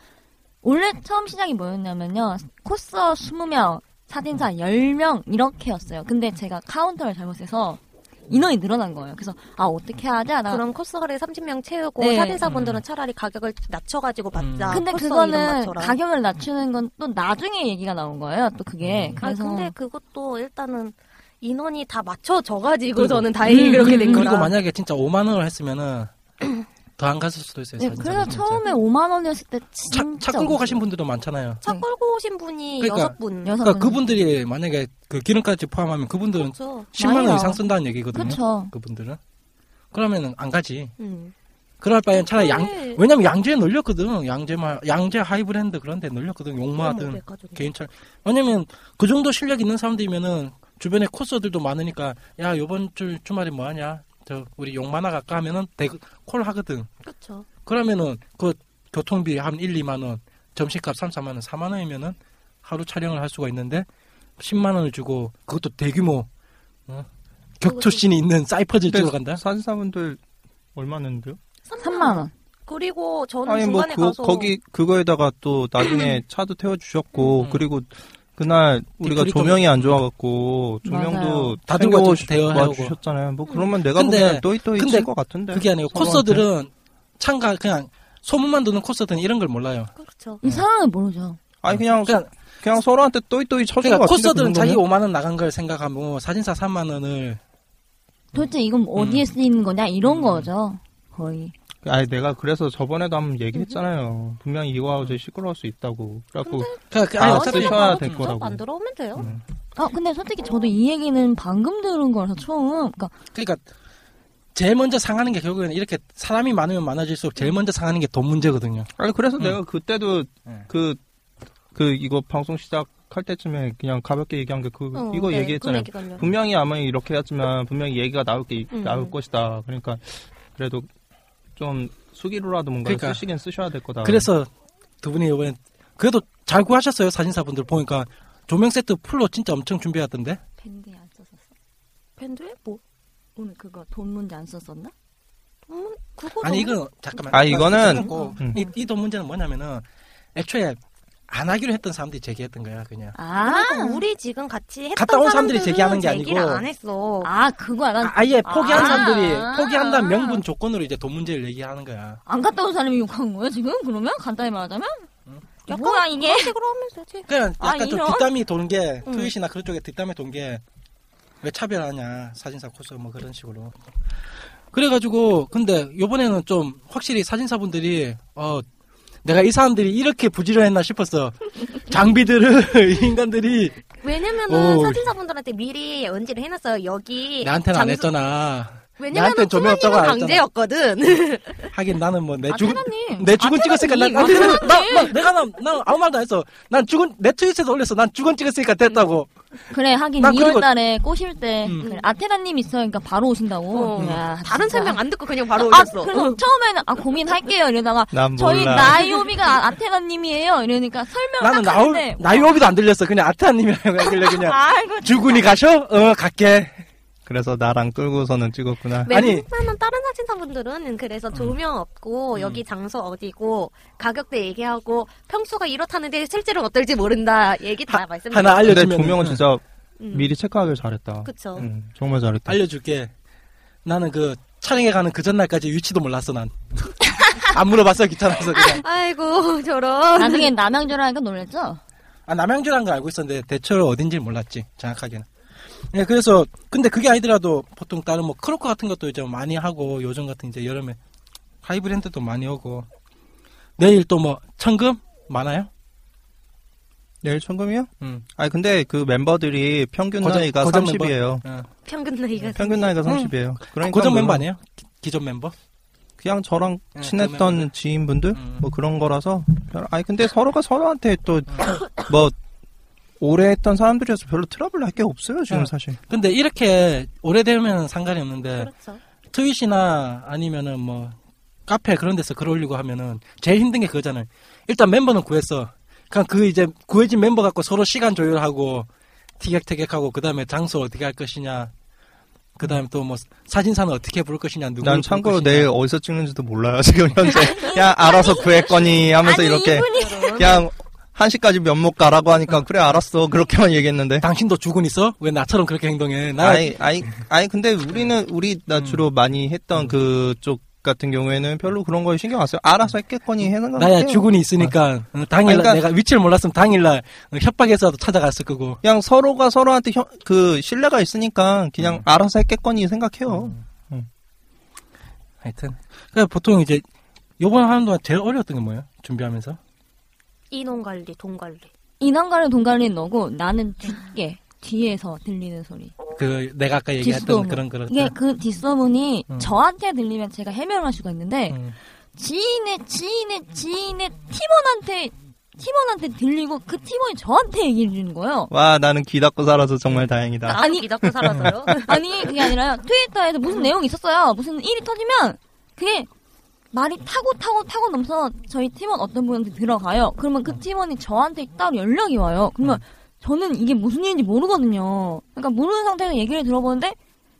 Speaker 7: 원래 처음 시작이 뭐였냐면요. 코스어 20명, 사진사
Speaker 9: 음.
Speaker 7: 10명 이렇게였어요. 근데 제가 카운터를 잘못해서 인원이 늘어난 거예요. 그래서 아 어떻게 하자? 나
Speaker 11: 그럼 코스 거래 30명 채우고
Speaker 7: 네.
Speaker 11: 사진사분들은 차라리 가격을 낮춰가지고 받자.
Speaker 7: 근데
Speaker 11: 아, 코스 이름
Speaker 7: 그거는
Speaker 11: 맞춰라.
Speaker 7: 가격을 낮추는 건 또 나중에 얘기가 나온 거예요. 또 그게
Speaker 9: 음.
Speaker 11: 아
Speaker 7: 그래서
Speaker 11: 근데 그것도 일단은 인원이 다 맞춰져가지고
Speaker 9: 그리고-
Speaker 11: 저는 다행히 그렇게 된 거라.
Speaker 9: 음. 그리고 만약에 진짜 5만 원을 했으면은 더 안 갔을 수도 있어요.
Speaker 7: 네,
Speaker 9: 사진사는
Speaker 7: 그래서
Speaker 9: 진짜.
Speaker 7: 처음에 5만 원이었을 때 진짜
Speaker 9: 차 끌고 가신 분들도 많잖아요.
Speaker 11: 차 끌고 오신 분이
Speaker 9: 음. 그러니까-
Speaker 11: 여섯 분.
Speaker 9: 그러니까 그분들이 만약에 그 기름까지 포함하면 그분들은
Speaker 11: 그렇죠.
Speaker 9: 10만
Speaker 11: 많이
Speaker 9: 원
Speaker 11: 나와.
Speaker 9: 이상 쓴다는 얘기거든요.
Speaker 11: 그렇죠.
Speaker 9: 분들은 그러면은 안 가지.
Speaker 11: 음.
Speaker 9: 그럴 바에는
Speaker 7: 음.
Speaker 9: 차라리 양
Speaker 11: 그래.
Speaker 9: 왜냐면 양재에 널렸거든. 양재 마 양재 하이브랜드 그런 데 널렸거든. 뭐
Speaker 11: 어머,
Speaker 9: 용마든
Speaker 11: 그래가지고.
Speaker 9: 개인차. 왜냐면 그 정도 실력 있는 사람들이면은 주변에 코스들도 많으니까 야 요번 주 주말에 뭐 하냐? 저 우리 용마나 갈까 하면은 대콜 하거든.
Speaker 11: 그렇죠.
Speaker 9: 그러면은 그 교통비 한 1, 2만 원, 점심값 3, 4만 원, 4만 원이면은 하루 촬영을 할 수가 있는데 10만 원을 주고 그것도 대규모 어? 격투씬이 있는 사이퍼즈 찍으러 간다.
Speaker 6: 사진사분들 얼마는데요?
Speaker 7: 3만 원.
Speaker 11: 그리고 저는
Speaker 6: 아니 뭐
Speaker 11: 중간에
Speaker 6: 그,
Speaker 11: 가서 음.
Speaker 6: 거기 그거에다가 또 나중에 차도 태워 주셨고 그리고 그날 우리가
Speaker 9: 디프리도-
Speaker 6: 조명이 안 좋아갖고 조명도
Speaker 9: 맞아요. 다 들고
Speaker 6: 챙겨와
Speaker 9: 주- 대여하고.
Speaker 6: 와 주셨잖아요. 뭐 그러면 내가 보기엔 또이또이
Speaker 9: 근데
Speaker 6: 칠것 같은데.
Speaker 9: 그게 아니고
Speaker 6: 서로한테.
Speaker 9: 코스들은 참가 그냥 소문만 도는 코스들은 이런 걸 몰라요.
Speaker 11: 그렇죠.
Speaker 7: 이 상황을 모르죠.
Speaker 6: 아니 그냥
Speaker 9: 그냥,
Speaker 6: 그냥 서로한테 또이또이 쳐준
Speaker 9: 그러니까
Speaker 6: 것 같은데.
Speaker 9: 코스들은
Speaker 6: 그
Speaker 9: 자기
Speaker 6: 정도면?
Speaker 9: 5만 원 나간 걸 생각하고 사진사 3만 원을
Speaker 7: 도대체
Speaker 6: 음.
Speaker 7: 이건 어디에 쓰이는 거냐 이런 거죠. 거의.
Speaker 6: 아니 내가 그래서 저번에도 한번
Speaker 11: 음.
Speaker 6: 얘기했잖아요. 분명히 이거하고 제 시끄러울 수 있다고. 그래갖고
Speaker 9: 그러니까
Speaker 6: 다
Speaker 9: 아니, 어차피
Speaker 6: 쓰셔야
Speaker 9: 나도
Speaker 6: 될
Speaker 9: 부족한
Speaker 6: 거라고. 음.
Speaker 11: 들어오면 돼요.
Speaker 7: 아 근데 솔직히 저도 이 얘기는 방금 들은 거라서 처음 그러니까
Speaker 9: 그러니까 제일 먼저 상하는 게 결국에는 이렇게 사람이 많으면 많아질수록 제일 먼저 상하는 게 돈 문제거든요.
Speaker 6: 아니
Speaker 11: 음.
Speaker 6: 그래서 내가 그때도
Speaker 11: 네.
Speaker 6: 그 그 이거 방송 시작할 때쯤에 그냥 가볍게 얘기한 게 그
Speaker 11: 어,
Speaker 6: 이거
Speaker 11: 네,
Speaker 6: 얘기했잖아요.
Speaker 11: 그 얘기가요. 그-
Speaker 6: 분명히 아마 이렇게 했지만 분명히 얘기가 나올 게
Speaker 11: 음.
Speaker 6: 나올 것이다. 그러니까 그래도 좀 수기로라도 뭔가
Speaker 9: 그러니까.
Speaker 6: 쓰시긴 쓰셔야 될 거다.
Speaker 9: 그래서 두 분이 이번에 그래도 잘 구하셨어요 사진사분들 보니까 조명 세트 풀로 진짜 엄청 준비했던데
Speaker 7: 밴드에 안 썼었어.
Speaker 11: 밴드에 뭐
Speaker 7: 오늘 그거 돈 문제 안 썼었나?
Speaker 11: 음, 그거
Speaker 9: 아니 이건 잠깐만
Speaker 6: 아, 이거는- 음.
Speaker 9: 이돈 문제는 뭐냐면은 애초에 안 하기로 했던 사람들이 제기했던 거야 그냥
Speaker 7: 아,
Speaker 11: 그러니까 우리 지금 같이 했던
Speaker 9: 갔다 온 사람들이
Speaker 11: 사람들은
Speaker 9: 제기하는 게
Speaker 11: 제기를
Speaker 9: 아니고.
Speaker 11: 안 했어.
Speaker 7: 아 그거야 난
Speaker 9: 아예
Speaker 7: 아.
Speaker 9: 포기한 사람들이 포기한다는 명분 조건으로 이제 돈 문제를 얘기하는 거야
Speaker 7: 안 갔다 온 사람이 욕한 거예요 지금 그러면 간단히 말하자면
Speaker 11: 음.
Speaker 7: 뭐야 이게
Speaker 11: 그런 식으로 하면 되지.
Speaker 9: 그냥
Speaker 7: 아,
Speaker 9: 그러니까 약간 좀
Speaker 7: 이런?
Speaker 9: 뒷담이 도는 게
Speaker 7: 음.
Speaker 9: 트윗이나 그런 쪽에 뒷담이 돈 게 왜 차별하냐 사진사 코스 뭐 그런 식으로 그래가지고 근데 요번에는 좀 확실히 사진사분들이 어 내가 이 사람들이 이렇게 부지런했나 싶었어 장비들을 이 인간들이
Speaker 11: 왜냐면은
Speaker 9: 오.
Speaker 11: 사진사분들한테 미리 연지를 해놨어요. 여기
Speaker 9: 나한테는 안
Speaker 11: 장소-
Speaker 9: 했잖아
Speaker 11: 왜냐면은 투명이가
Speaker 9: 조명 없다고 안 했잖아.
Speaker 11: 강제였거든.
Speaker 9: 하긴 나는 뭐 내
Speaker 11: 아,
Speaker 9: 죽은
Speaker 11: 테라님.
Speaker 9: 내
Speaker 11: 아,
Speaker 9: 죽은 찍었으니까 난,
Speaker 11: 테라님.
Speaker 9: 난,
Speaker 11: 아, 테라님.
Speaker 9: 나, 나- 내가 나, 나 아무 말도 안 했어 난 죽은 내 트윗에서 올렸어 난 죽은 찍었으니까 됐다고
Speaker 7: 그래 하긴
Speaker 9: 난 그리고-
Speaker 7: 2월달에 꼬실 때 그래, 아테나님 있어니까 바로 오신다고
Speaker 11: 어.
Speaker 7: 야,
Speaker 11: 다른 설명 안 듣고 그냥 바로
Speaker 7: 아,
Speaker 11: 올렸어.
Speaker 7: 그래서 처음에는 아 고민할게요 이러다가
Speaker 9: 난
Speaker 7: 저희
Speaker 9: 몰라.
Speaker 7: 나이오미가 아- 아테나님이에요 이러니까 설명을
Speaker 9: 나는
Speaker 7: 딱
Speaker 9: 나올
Speaker 7: 하는데
Speaker 9: 나이오비도 안 들렸어. 그냥 아트아님이라고 하길래 그냥
Speaker 7: 아이고,
Speaker 9: 주군이 가셔? 어 갈게.
Speaker 6: 그래서 나랑 끌고서는
Speaker 9: 아,
Speaker 6: 찍었구나.
Speaker 11: 맨날은 다른 사진사분들은
Speaker 9: 음.
Speaker 11: 그래서 조명 없고 여기 장소 어디고 가격대
Speaker 7: 뭐
Speaker 11: 얘기하고 평수가 이렇다는데 실제로는 어떨지 모른다 얘기 다 말씀드렸어요.
Speaker 6: 하나
Speaker 9: 알려주면은-
Speaker 6: 알려주면 조명은 진짜
Speaker 11: 음.
Speaker 6: 미리 체크하길 잘했다.
Speaker 11: 그쵸.
Speaker 6: 음, 정말 잘했다.
Speaker 9: 알려줄게. 나는 그 촬영에 가는 그 전날까지 위치도 몰랐어 난. 안 물어봤어 귀찮아서 그냥.
Speaker 11: 아이고 저런.
Speaker 7: 나중에 남양주라니까 놀랬죠?
Speaker 9: 아 남양주라는 걸 알고 있었는데 대체로 어딘지 몰랐지 정확하게는. 예, 그래서 근데 그게 아니더라도 보통 다른 뭐 크로커 같은 것도 이제 많이 하고 요즘 같은 이제 여름에 하이브랜드도 많이 오고 내일 또 뭐 천금 많아요?
Speaker 6: 내일 청금이요? 아니 근데 그 멤버들이 평균
Speaker 9: 거장-
Speaker 6: 나이가
Speaker 9: 거장
Speaker 6: 30이에요.
Speaker 9: 멤버? 어.
Speaker 11: 평균
Speaker 7: 음.
Speaker 11: 나이가
Speaker 6: 평균 나이가 30이에요.
Speaker 9: 그러니까
Speaker 6: 그러니까
Speaker 9: 고정
Speaker 6: 뭐
Speaker 9: 멤버 아니에요? 네, 기- 기존 멤버?
Speaker 6: 그냥 저랑
Speaker 9: 응,
Speaker 6: 친했던 지인분들
Speaker 9: 음.
Speaker 6: 뭐 그런 거라서 별- 아니 근데 서로가 서로한테 또
Speaker 9: 음.
Speaker 6: 뭐 오래 했던 사람들이어서 별로 트러블 할 게 없어요 지금
Speaker 9: 응.
Speaker 6: 사실.
Speaker 9: 근데 이렇게 오래되면 상관이 없는데
Speaker 11: 그렇죠.
Speaker 9: 트윗이나 아니면은 뭐 카페 그런 데서 글 올리고 하면은 제일 힘든 게 그거잖아요. 일단 멤버는 구했어. 그냥 그 이제 구해진 멤버 갖고 서로 시간 조율하고 티격태격하고 그다음에 장소 어떻게 할 것이냐. 그다음에 또 뭐 사진사는 어떻게 부를 것이냐 누구
Speaker 6: 난 참고로 내일 어디서 찍는지도 몰라요 지금 현재. 그냥 알아서 구했거니 하면서
Speaker 9: 아니,
Speaker 6: 이렇게
Speaker 9: 이분이- 음.
Speaker 6: 그냥 1시까지 면목 가라고 하니까 그래 알았어 그렇게만 얘기했는데
Speaker 9: 당신도 죽은 있어? 왜 나처럼 그렇게 행동해? 나 음.
Speaker 6: 아니 아니 아니 근데 우리는 우리 나 주로 많이 했던 그쪽 같은 경우에는 별로 그런 거에 신경 안 써요 알아서 했겠거니 해는 거
Speaker 9: 음. 나야 주군이 있으니까 어, 당일날
Speaker 6: 그러니까-
Speaker 9: 내가 위치를 몰랐으면 당일날 어, 협박해서라도 찾아갔을 거고
Speaker 6: 그냥 서로가 서로한테 혀- 그 신뢰가 있으니까 그냥 알아서 했겠거니 생각해요
Speaker 9: 하여튼 그러니까 보통 이제 요번 하는 동안 제일 어려웠던 게 뭐예요? 준비하면서
Speaker 11: 인원관리, 돈관리.
Speaker 7: 인왕가는 동갈린 너고 나는 뒤에 뒤에서 들리는 소리.
Speaker 9: 그 내가 아까 얘기했던
Speaker 7: 뒷소문.
Speaker 9: 그런 그런
Speaker 7: 이게 그 뒷소문이
Speaker 9: 음.
Speaker 7: 저한테 들리면 제가 해명을 할 수가 있는데
Speaker 6: 음.
Speaker 7: 지인의 지인의 지인의 팀원한테 팀원한테 들리고 그 팀원이 저한테 얘기해 주는 거예요.
Speaker 6: 와 나는 귀 닫고 살아서 정말 다행이다
Speaker 7: 기다고
Speaker 6: 살아서요?
Speaker 7: 아니 그게 아니라요. 트위터에서 무슨 내용이 있었어요. 무슨 일이 터지면 그게 말이 타고 타고 타고 넘쳐서 저희 팀원 어떤 분한테 들어가요. 그러면
Speaker 6: 음.
Speaker 7: 그 팀원이 저한테 따로 연락이 와요. 그러면 저는 이게 무슨 일인지 모르거든요. 그러니까 모르는 상태에서 얘기를 들어보는데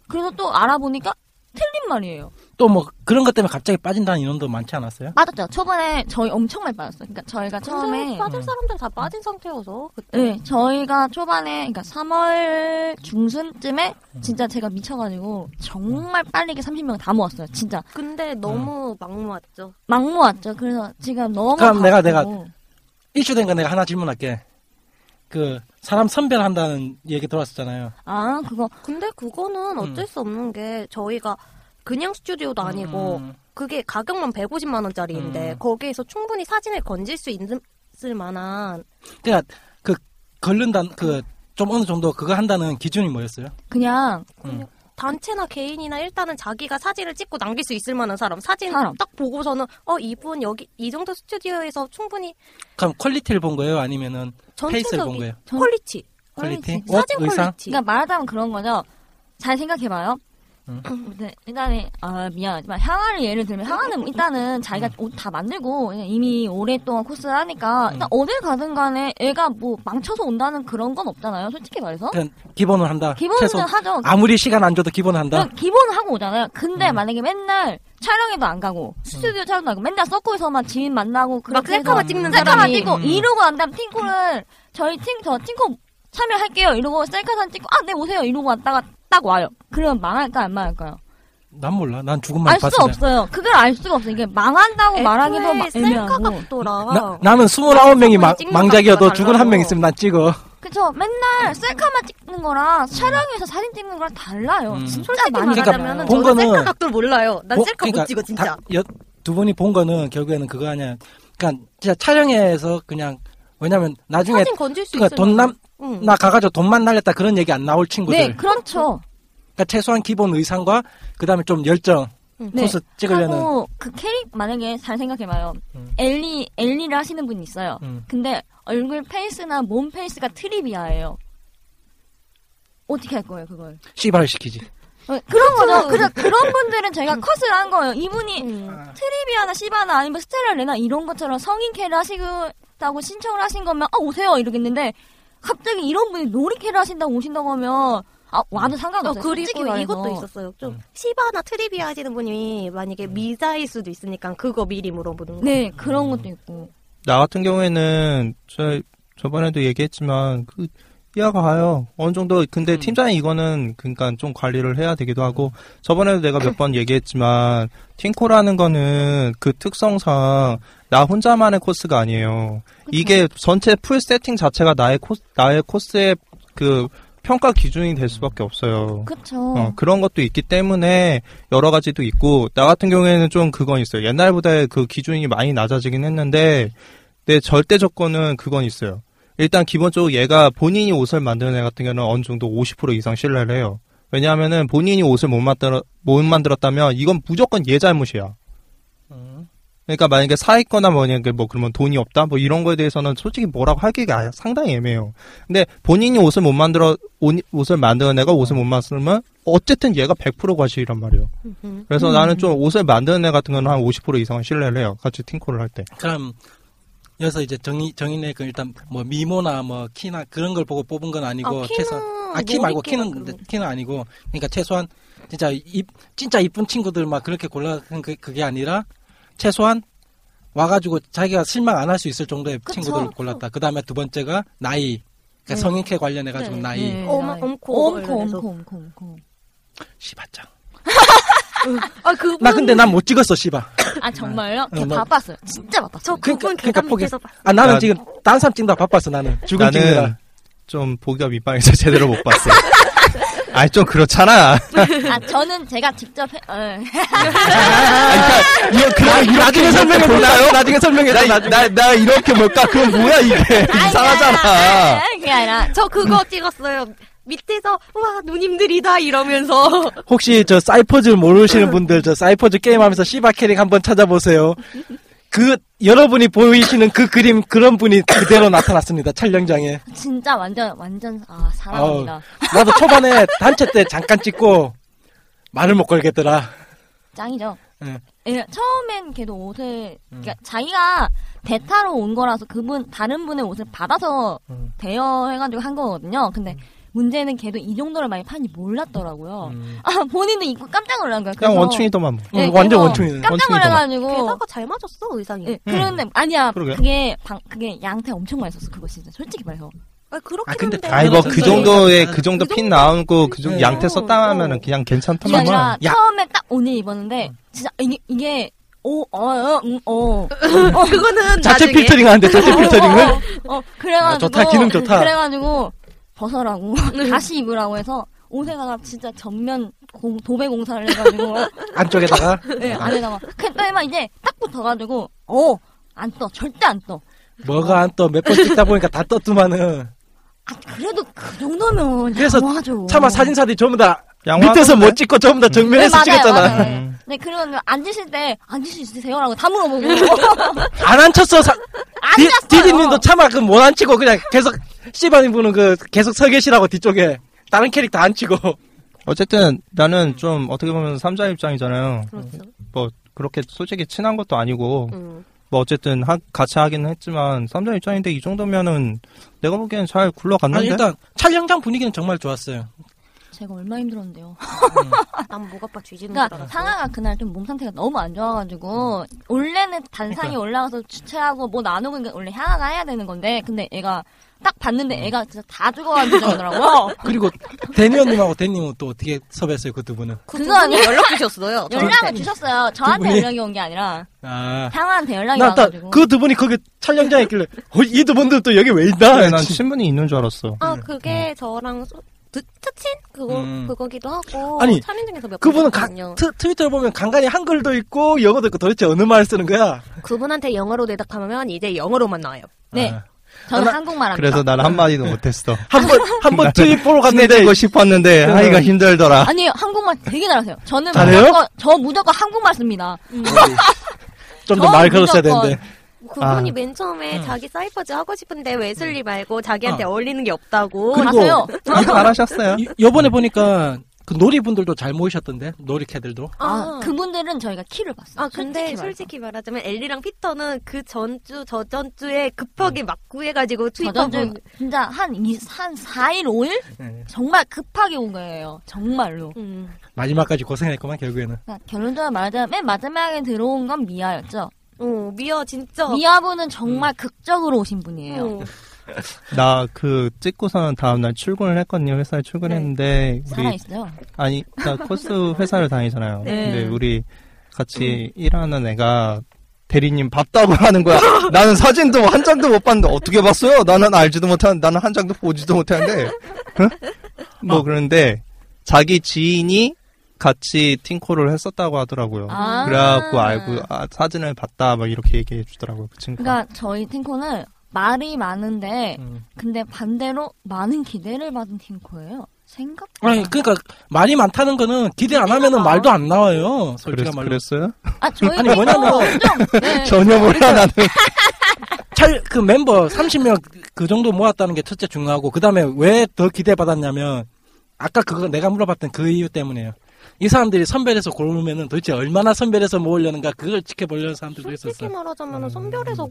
Speaker 7: 그래서 또 알아보니까 틀린 말이에요.
Speaker 9: 또 뭐 그런 것 때문에 갑자기 빠진다는 인원도 많지 않았어요?
Speaker 7: 맞았죠. 초반에 저희 엄청 많이 빠졌어요. 그러니까 저희가 처음에
Speaker 11: 빠질 사람들 다 빠진 상태여서 그때
Speaker 7: 네, 저희가 초반에 그러니까 3월 중순쯤에 진짜 제가 미쳐가지고 정말 빠르게 30명 다 모았어요. 진짜
Speaker 11: 근데 너무
Speaker 9: 음.
Speaker 11: 막무왔죠.
Speaker 7: 막 모았죠. 그래서 지금 너무
Speaker 9: 그럼 내가 내가
Speaker 7: 바쁘고.
Speaker 9: 이슈된 거 내가 하나 질문할게 그 사람 선별한다는 얘기 들어왔었잖아요
Speaker 7: 아 그거 음.
Speaker 11: 근데 그거는 어쩔 수 없는 게 저희가 그냥 스튜디오도
Speaker 7: 음.
Speaker 11: 아니고
Speaker 9: 음.
Speaker 11: 그게 가격만 150만 원짜리인데 거기에서 충분히 사진을 건질 수 있을 만한
Speaker 9: 그러니까 그 걸른다 그 좀 어느 정도 그거 한다는 기준이 뭐였어요?
Speaker 7: 그냥
Speaker 9: 음.
Speaker 11: 단체나 개인이나 일단은 자기가 사진을 찍고 남길 수 있을 만한 사람 사진
Speaker 7: 사람.
Speaker 11: 딱 보고서는 어 이분 여기 이 정도 스튜디오에서 충분히
Speaker 9: 그럼 퀄리티를 본 거예요? 아니면은 페이스를 본
Speaker 11: 전체적인
Speaker 9: 거예요?
Speaker 11: 퀄리티
Speaker 9: 퀄리티? 옷,
Speaker 7: 사진
Speaker 9: 의상?
Speaker 7: 퀄리티. 그러니까 말하자면 그런 거죠. 잘 생각해봐요.
Speaker 9: 음.
Speaker 7: 근데 일단은 아 미안하지만 향아를 예를 들면 향아는 일단은 자기가
Speaker 9: 음.
Speaker 7: 옷 다 만들고 그냥 이미 오랫동안 코스를 하니까 일단 어딜 가든 간에 애가 뭐 망쳐서 온다는 그런 건 없잖아요. 솔직히 말해서
Speaker 9: 그냥 기본을 한다.
Speaker 7: 기본은
Speaker 9: 네. 최소.
Speaker 7: 하죠.
Speaker 9: 아무리 시간 안 줘도 기본을 한다.
Speaker 7: 그냥 기본은 하고 오잖아요. 근데
Speaker 9: 음.
Speaker 7: 만약에 맨날 촬영에도 안 가고 스튜디오 촬영도 안 가고 맨날 서클에서만 지인 만나고 그렇게 해서
Speaker 11: 셀카만 찍는
Speaker 7: 셀카만
Speaker 11: 사람이.
Speaker 7: 찍고
Speaker 11: 음.
Speaker 7: 이러고 난 다음 팅코를 저희 팀저 팅코 참여할게요 이러고 셀카 사진 찍고 아네 오세요 이러고 왔다가 딱 와요. 그러면 망할까 안 망할까요?
Speaker 9: 난 몰라. 난 죽음만
Speaker 7: 알 수
Speaker 9: 봤어.
Speaker 7: 없어요. 그걸 알 수가 없어요. 이게 망한다고 말하기도 막 애매하고.
Speaker 9: 나, 나는 29명이 마,
Speaker 7: 어. 찍는
Speaker 9: 망작이어도
Speaker 7: 방법과
Speaker 9: 죽은 한 명 있으면 난 찍어.
Speaker 7: 그쵸. 맨날 셀카만 찍는 거랑 촬영에서 사진 찍는 거랑 달라요. 진짜 많이
Speaker 9: 그러니까
Speaker 7: 달라요.
Speaker 9: 본 거는- 셀카 각도를
Speaker 11: 몰라요.
Speaker 9: 보- 그러니까 다- 여- 두 분이 본 거는 결국에는 그거 아니야. 그러니까 진짜 촬영에서 그냥 왜냐면 나중에
Speaker 11: 사진 건질 수
Speaker 9: 그러니까
Speaker 11: 있을
Speaker 9: 돈남
Speaker 11: 만한. 응.
Speaker 9: 나 가가지고 돈만 날렸다 그런 얘기 안 나올 친구들.
Speaker 7: 네, 그렇죠.
Speaker 9: 그러니까 최소한 기본 의상과 그다음에 좀 열정 코스 찍으려는
Speaker 7: 네. 하고 그 캐릭 만약에 잘 생각해봐요.
Speaker 9: 음.
Speaker 7: 엘리 엘리를 하시는 분이 있어요.
Speaker 9: 음.
Speaker 7: 근데 얼굴 페이스나 몸 페이스가 트리비아예요. 어떻게 할 거예요 그걸?
Speaker 9: 씨발 시키지.
Speaker 7: 어,
Speaker 11: 그렇죠.
Speaker 7: 그런 거죠. 그래서 그런 분들은
Speaker 11: 음.
Speaker 7: 제가 컷을 한 거예요. 이분이 트리비아나 시바나 아니면 스테라레나 이런 것처럼 성인 캐를 하시다고 신청을 하신 거면 아 오세요 이러겠는데 갑자기 이런 분이 놀이 캐를 하신다고 오신다고 하면 아 와도 상관없어요.
Speaker 11: 어, 그리고
Speaker 7: 솔직히 말해서. 네.
Speaker 11: 이것도 있었어요. 좀 시바나 트리비아 하시는 분이 만약에 미자일 수도 있으니까 그거 미리 물어보는 거.
Speaker 7: 네,
Speaker 11: 음.
Speaker 7: 그런 것도 있고.
Speaker 6: 나 같은 경우에는 저 저번에도 얘기했지만 그 이하가 가요. 어느 정도 근데 팀장이 이거는 그러니까 좀 관리를 해야 되기도 하고 저번에도 내가 몇 번 얘기했지만 팀코라는 거는 그 특성상 나 혼자만의 코스가 아니에요. 이게 전체 풀 세팅 자체가 나의 코 나의 코스의 그 평가 기준이 될 수밖에 없어요.
Speaker 7: 그쵸.
Speaker 6: 어, 그런 것도 있기 때문에 여러 가지도 있고 나 같은 경우에는 좀 그건 있어요.
Speaker 9: 네,
Speaker 6: 옛날보다 그 기준이 많이 낮아지긴 했는데 내 절대 조건은 그건 있어요.
Speaker 9: 일단 기본적으로 얘가 본인이 옷을 만드는 애 같은 경우는 어느 정도 50% 이상 신뢰를 해요. 왜냐하면은 본인이 옷을 못 만들어 못 만들었다면 이건 무조건 얘 잘못이야. 그러니까 만약에 사있거나 뭐냐 뭐 그러면 돈이 없다 뭐 이런 거에 대해서는 솔직히 뭐라고 하기가 상당히 애매해요. 근데 본인이 옷을 못 만들어 옷- 옷을 만드는 애가 옷을 못 만들면 어쨌든 얘가 100% 과실이란 말이에요.
Speaker 7: 음.
Speaker 9: 그래서 나는
Speaker 6: 음.
Speaker 9: 좀 옷을 만드는 애 같은 거는 한 50% 이상은 신뢰를 해요. 같이 팀콜을 할 때.
Speaker 6: 그럼 여기서 이제 정의 정의네 그 일단 뭐 미모나 뭐 키나 그런 걸 보고 뽑은 건
Speaker 7: 어,
Speaker 6: 아니고
Speaker 1: 아, 키는
Speaker 6: 최소한 아 키
Speaker 1: 노리
Speaker 6: 말고
Speaker 1: 키나
Speaker 6: 키는 근데 키는 아니고 그러니까 최소한 진짜 이 진짜 이쁜 친구들 막 그렇게 골라 그, 그게 아니라 최소한 와가지고 자기가 실망 안 할 수 있을 정도의 친구들을 골랐다. 그 다음에 두 번째가 나이.
Speaker 12: 네.
Speaker 6: 그러니까 성인캐 관련해가지고 나이.
Speaker 7: 네.
Speaker 1: 엄- 엄코
Speaker 12: 엄코,
Speaker 1: 관련해서.
Speaker 12: 엄코, 엄코, 엄코.
Speaker 6: 씨발짱.
Speaker 7: 아, 그분.
Speaker 6: 나 근데 난 못 찍었어, 씨발.
Speaker 7: 아, 정말요?
Speaker 6: 어,
Speaker 7: 저
Speaker 6: 나-
Speaker 7: 바빴어요. 진짜 바빴어요. 저
Speaker 6: 그분 그러니까 포기. 아 나는
Speaker 9: 나-
Speaker 6: 지금 다른 사람 찍다 바빴어 나는. 죽은
Speaker 9: 나는
Speaker 6: 찍느라.
Speaker 9: 좀 보기가 밑방에서 제대로 못 봤어. 아니 좀 그렇잖아.
Speaker 7: 아, 저는 제가 직접 해, 어.
Speaker 2: 그러니까 이거 그럼 이렇게
Speaker 6: 아, 나중에 설명해 볼까요? 나중에 설명해
Speaker 2: 나, 나, 나 이렇게 볼까? 그건 뭐야 이게 이상하잖아.
Speaker 1: 그게 아니라 저 그거 찍었어요. 밑에서 와 누님들이다 이러면서
Speaker 6: 혹시 저 사이퍼즈 모르시는 분들 저 사이퍼즈 게임하면서 씨바 캐릭 한번 찾아보세요. 그 여러분이 보이시는 그 그림 그런 분이 그대로 나타났습니다 촬영장에.
Speaker 7: 진짜 완전, 완전, 아, 사랑합니다.
Speaker 6: 아우, 나도 초반에 단체 때 잠깐 찍고 말을 못 걸겠더라.
Speaker 7: 짱이죠?
Speaker 6: 예.
Speaker 7: 예, 처음엔 걔도 옷을, 그러니까 자기가 대타로 온 거라서 그분, 다른 분의 옷을 받아서 대여해가지고 한 거거든요. 근데 문제는 걔도 이 정도를 많이 판지 몰랐더라고요. 아, 본인도 입고 깜짝 놀란 거야.
Speaker 9: 음. 그냥
Speaker 7: 그래서-
Speaker 9: 원충이더만. 뭐.
Speaker 7: 네, 그래서 깜짝 놀라가지고. 게다가 잘 맞았어, 의상이. 그런데, 아니야. 그
Speaker 9: 그러게.
Speaker 7: 게 방, 그게 양태 엄청 많이 썼어, 그거 진짜. 솔직히 말해서. 아, 네. 그렇게
Speaker 6: 근데
Speaker 9: 아니 뭐 그 정도의 그 정도 핀 나오고 그 정도 양태 썼다
Speaker 7: 어.
Speaker 9: 하면은 그냥
Speaker 7: 이게
Speaker 9: 괜찮더만.
Speaker 7: 아니라
Speaker 9: 야,
Speaker 7: 처음에 딱 옷을 입었는데 진짜 이게 이게 오, 어, 어, 음, 어.
Speaker 1: 그거는
Speaker 6: 자체 필터링 하는데 자체 필터링을
Speaker 7: 어, 그래가지고
Speaker 6: 야, 좋다, 기능 좋다.
Speaker 7: 그래가지고 벗어라고
Speaker 1: 네.
Speaker 7: 다시 입으라고 해서 옷에다가 진짜 전면 공, 도배 공사를 해가지고
Speaker 6: 안쪽에다가
Speaker 7: 네, 안에다가 그때만 이제 딱 붙어가지고 어안 떠, 절대 안 떠.
Speaker 6: 뭐가 안 또 몇 번 찍다 보니까 다 떴더만은.
Speaker 7: 그래도 그 정도면
Speaker 6: 그래서
Speaker 7: 양호하죠.
Speaker 6: 차마 사진사들이 전부 다
Speaker 9: 양호하던데?
Speaker 6: 밑에서 못 찍고 전부 다 정면에서
Speaker 7: 네, 맞아요,
Speaker 6: 찍었잖아.
Speaker 9: 음.
Speaker 7: 맞아요. 네, 그러면 앉으실 때 앉을 수 있으세요라고 다 물어보고
Speaker 6: 안 앉혔어. 사... 디-
Speaker 7: 앉았어요.
Speaker 6: 디디님도 차마 그 못 앉히고 그냥 계속 씨바님 분은 그 계속 서 계시라고 뒤쪽에 다른 캐릭터 안 치고.
Speaker 9: 어쨌든
Speaker 7: 음.
Speaker 9: 나는 좀 어떻게 보면 삼자 입장이잖아요.
Speaker 7: 그렇죠.
Speaker 9: 뭐 그렇게 솔직히 친한 것도 아니고
Speaker 7: 음.
Speaker 9: 뭐 어쨌든 하- 같이 하기는 했지만 삼자 입장인데 이 정도면은 내가 보기엔 잘 굴러갔는데.
Speaker 6: 아니, 일단 촬영장 분위기는 정말 좋았어요.
Speaker 7: 제가 얼마나 힘들었는데요.
Speaker 1: 난 목 아파 뒤지는
Speaker 6: 음,
Speaker 1: 줄
Speaker 7: 그러니까
Speaker 1: 알았어.
Speaker 7: 상아가 그날 좀 몸 상태가 너무 안 좋아가지고 원래는 단상에
Speaker 1: 그러니까.
Speaker 7: 올라가서 주최하고 뭐 나누고 이게 원래 향아가 해야 되는 건데 근데 애가 딱
Speaker 6: 음.
Speaker 7: 봤는데 애가 진짜 다 죽어가는 표정이더라고요.
Speaker 6: 그리고 대니 언님하고 대님은 또 어떻게 섭외했어요 그 두 분은?
Speaker 7: 그거 아니에요?
Speaker 1: 연락 주셨어요.
Speaker 7: 연락을 주셨어요. 저한테
Speaker 6: 그분이?
Speaker 7: 연락이 온 게 아니라
Speaker 6: 아.
Speaker 7: 향아한테 연락이 와가지고
Speaker 6: 나딱그 두 분이 거기 촬영장에 있길래 어, 이두 분들 또 여기 왜 있나?
Speaker 9: 그래, 아, 난 신분이 있는 줄 알았어.
Speaker 7: 네.
Speaker 1: 아 그게 저랑 소- 두- 특친 그거
Speaker 9: 음.
Speaker 1: 그거기도 하고
Speaker 6: 아니,
Speaker 1: 촬영장에서 몇번
Speaker 6: 그분은 가,
Speaker 1: 봤거든요.
Speaker 6: 트, 트위터를 보면 간간히 한글도 있고 영어도 있고 도대체 어느 말을 쓰는 거야?
Speaker 1: 그분한테 영어로 대답하면 이제 영어로만 나와요.
Speaker 7: 네.
Speaker 6: 저는
Speaker 7: 한국말
Speaker 9: 그래서 난
Speaker 6: 네.
Speaker 9: 한마디도 못했어.
Speaker 6: 한번 한번 트윗 보러
Speaker 9: 갔는데 고 싶었는데
Speaker 6: 네.
Speaker 9: 하기가 힘들더라.
Speaker 7: 아니 한국말 되게 잘하세요. 저는
Speaker 9: 잘해요?
Speaker 7: 무조건 저 무조건 한국말 씁니다.
Speaker 6: 좀
Speaker 7: 저
Speaker 6: 더 말 걸었어야
Speaker 7: 무조건.
Speaker 6: 되는데.
Speaker 7: 아.
Speaker 1: 그분이 맨 처음에
Speaker 6: 응.
Speaker 1: 자기 사이퍼즈 하고 싶은데 웨슬리 말고 자기한테
Speaker 6: 어.
Speaker 1: 어. 울리는게 없다고
Speaker 9: 그-
Speaker 6: 예?
Speaker 9: 잘하셨어요.
Speaker 6: 요번에 보니까 그 놀이분들도 잘 모이셨던데 놀이캐들도.
Speaker 7: 아, 그분들은 저희가 키를 봤어요.
Speaker 1: 아 근데 솔직히 말하자면 엘리랑 피터는 그 전주 저 전주에 급하게
Speaker 9: 음.
Speaker 1: 막 구해가지고 트위터
Speaker 7: 저전주 진짜 한, 이, 한 4일, 5일?
Speaker 6: 네.
Speaker 7: 정말 급하게 온 거예요. 정말로.
Speaker 1: 음.
Speaker 6: 마지막까지 고생했구만 결국에는.
Speaker 7: 그러니까 결론적으로 말하자면 맨 마지막에 들어온 건 미아였죠.
Speaker 1: 어, 미아 진짜.
Speaker 7: 미아분은 정말
Speaker 6: 음.
Speaker 7: 극적으로 오신 분이에요.
Speaker 9: 나 그 찍고서는 다음날 출근을 했거든요. 회사에 출근했는데
Speaker 7: 네.
Speaker 9: 우리
Speaker 7: 살아있어요.
Speaker 9: 아니 나 코스 회사를 다니잖아요.
Speaker 7: 네.
Speaker 9: 근데 우리 같이
Speaker 6: 음.
Speaker 9: 일하는 애가 대리님 봤다고 하는 거야. 나는 사진도 한 장도 못 봤는데 어떻게 봤어요? 나는 알지도 못하는 나는 한 장도 보지도 못하는데 응?
Speaker 6: 어.
Speaker 9: 뭐 그런데 자기 지인이 같이 팀콜을 했었다고 하더라고요.
Speaker 7: 아.
Speaker 9: 그래갖고 알고 아, 사진을 봤다 막 이렇게 얘기해 주더라고요 그 친구.
Speaker 7: 그러니까 저희 탱코는 말이 많은데 근데 반대로 많은 기대를 받은 팀코예요. 생각
Speaker 6: 아니 그러니까 말이 많다는 거는 기대 안 하면은 말도 안 나와요. 솔직히 말로.
Speaker 9: 그랬어요?
Speaker 7: 아 저희
Speaker 6: 아니 뭐냐면
Speaker 7: 네,
Speaker 9: 전혀 몰라 나는.
Speaker 6: 찰그 멤버 30명 그 정도 모았다는 게 첫째 중요하고 그다음에 왜 더 기대받았냐면 아까 그거 내가 물어봤던 그 이유 때문에요. 이 사람들이 선별해서 고르면은 도대체 얼마나 선별해서 모으려는가 그걸 지켜보려는 사람들도
Speaker 11: 솔직히 뭐-
Speaker 6: 있었어.
Speaker 7: 음.
Speaker 11: 말하자면 선별해서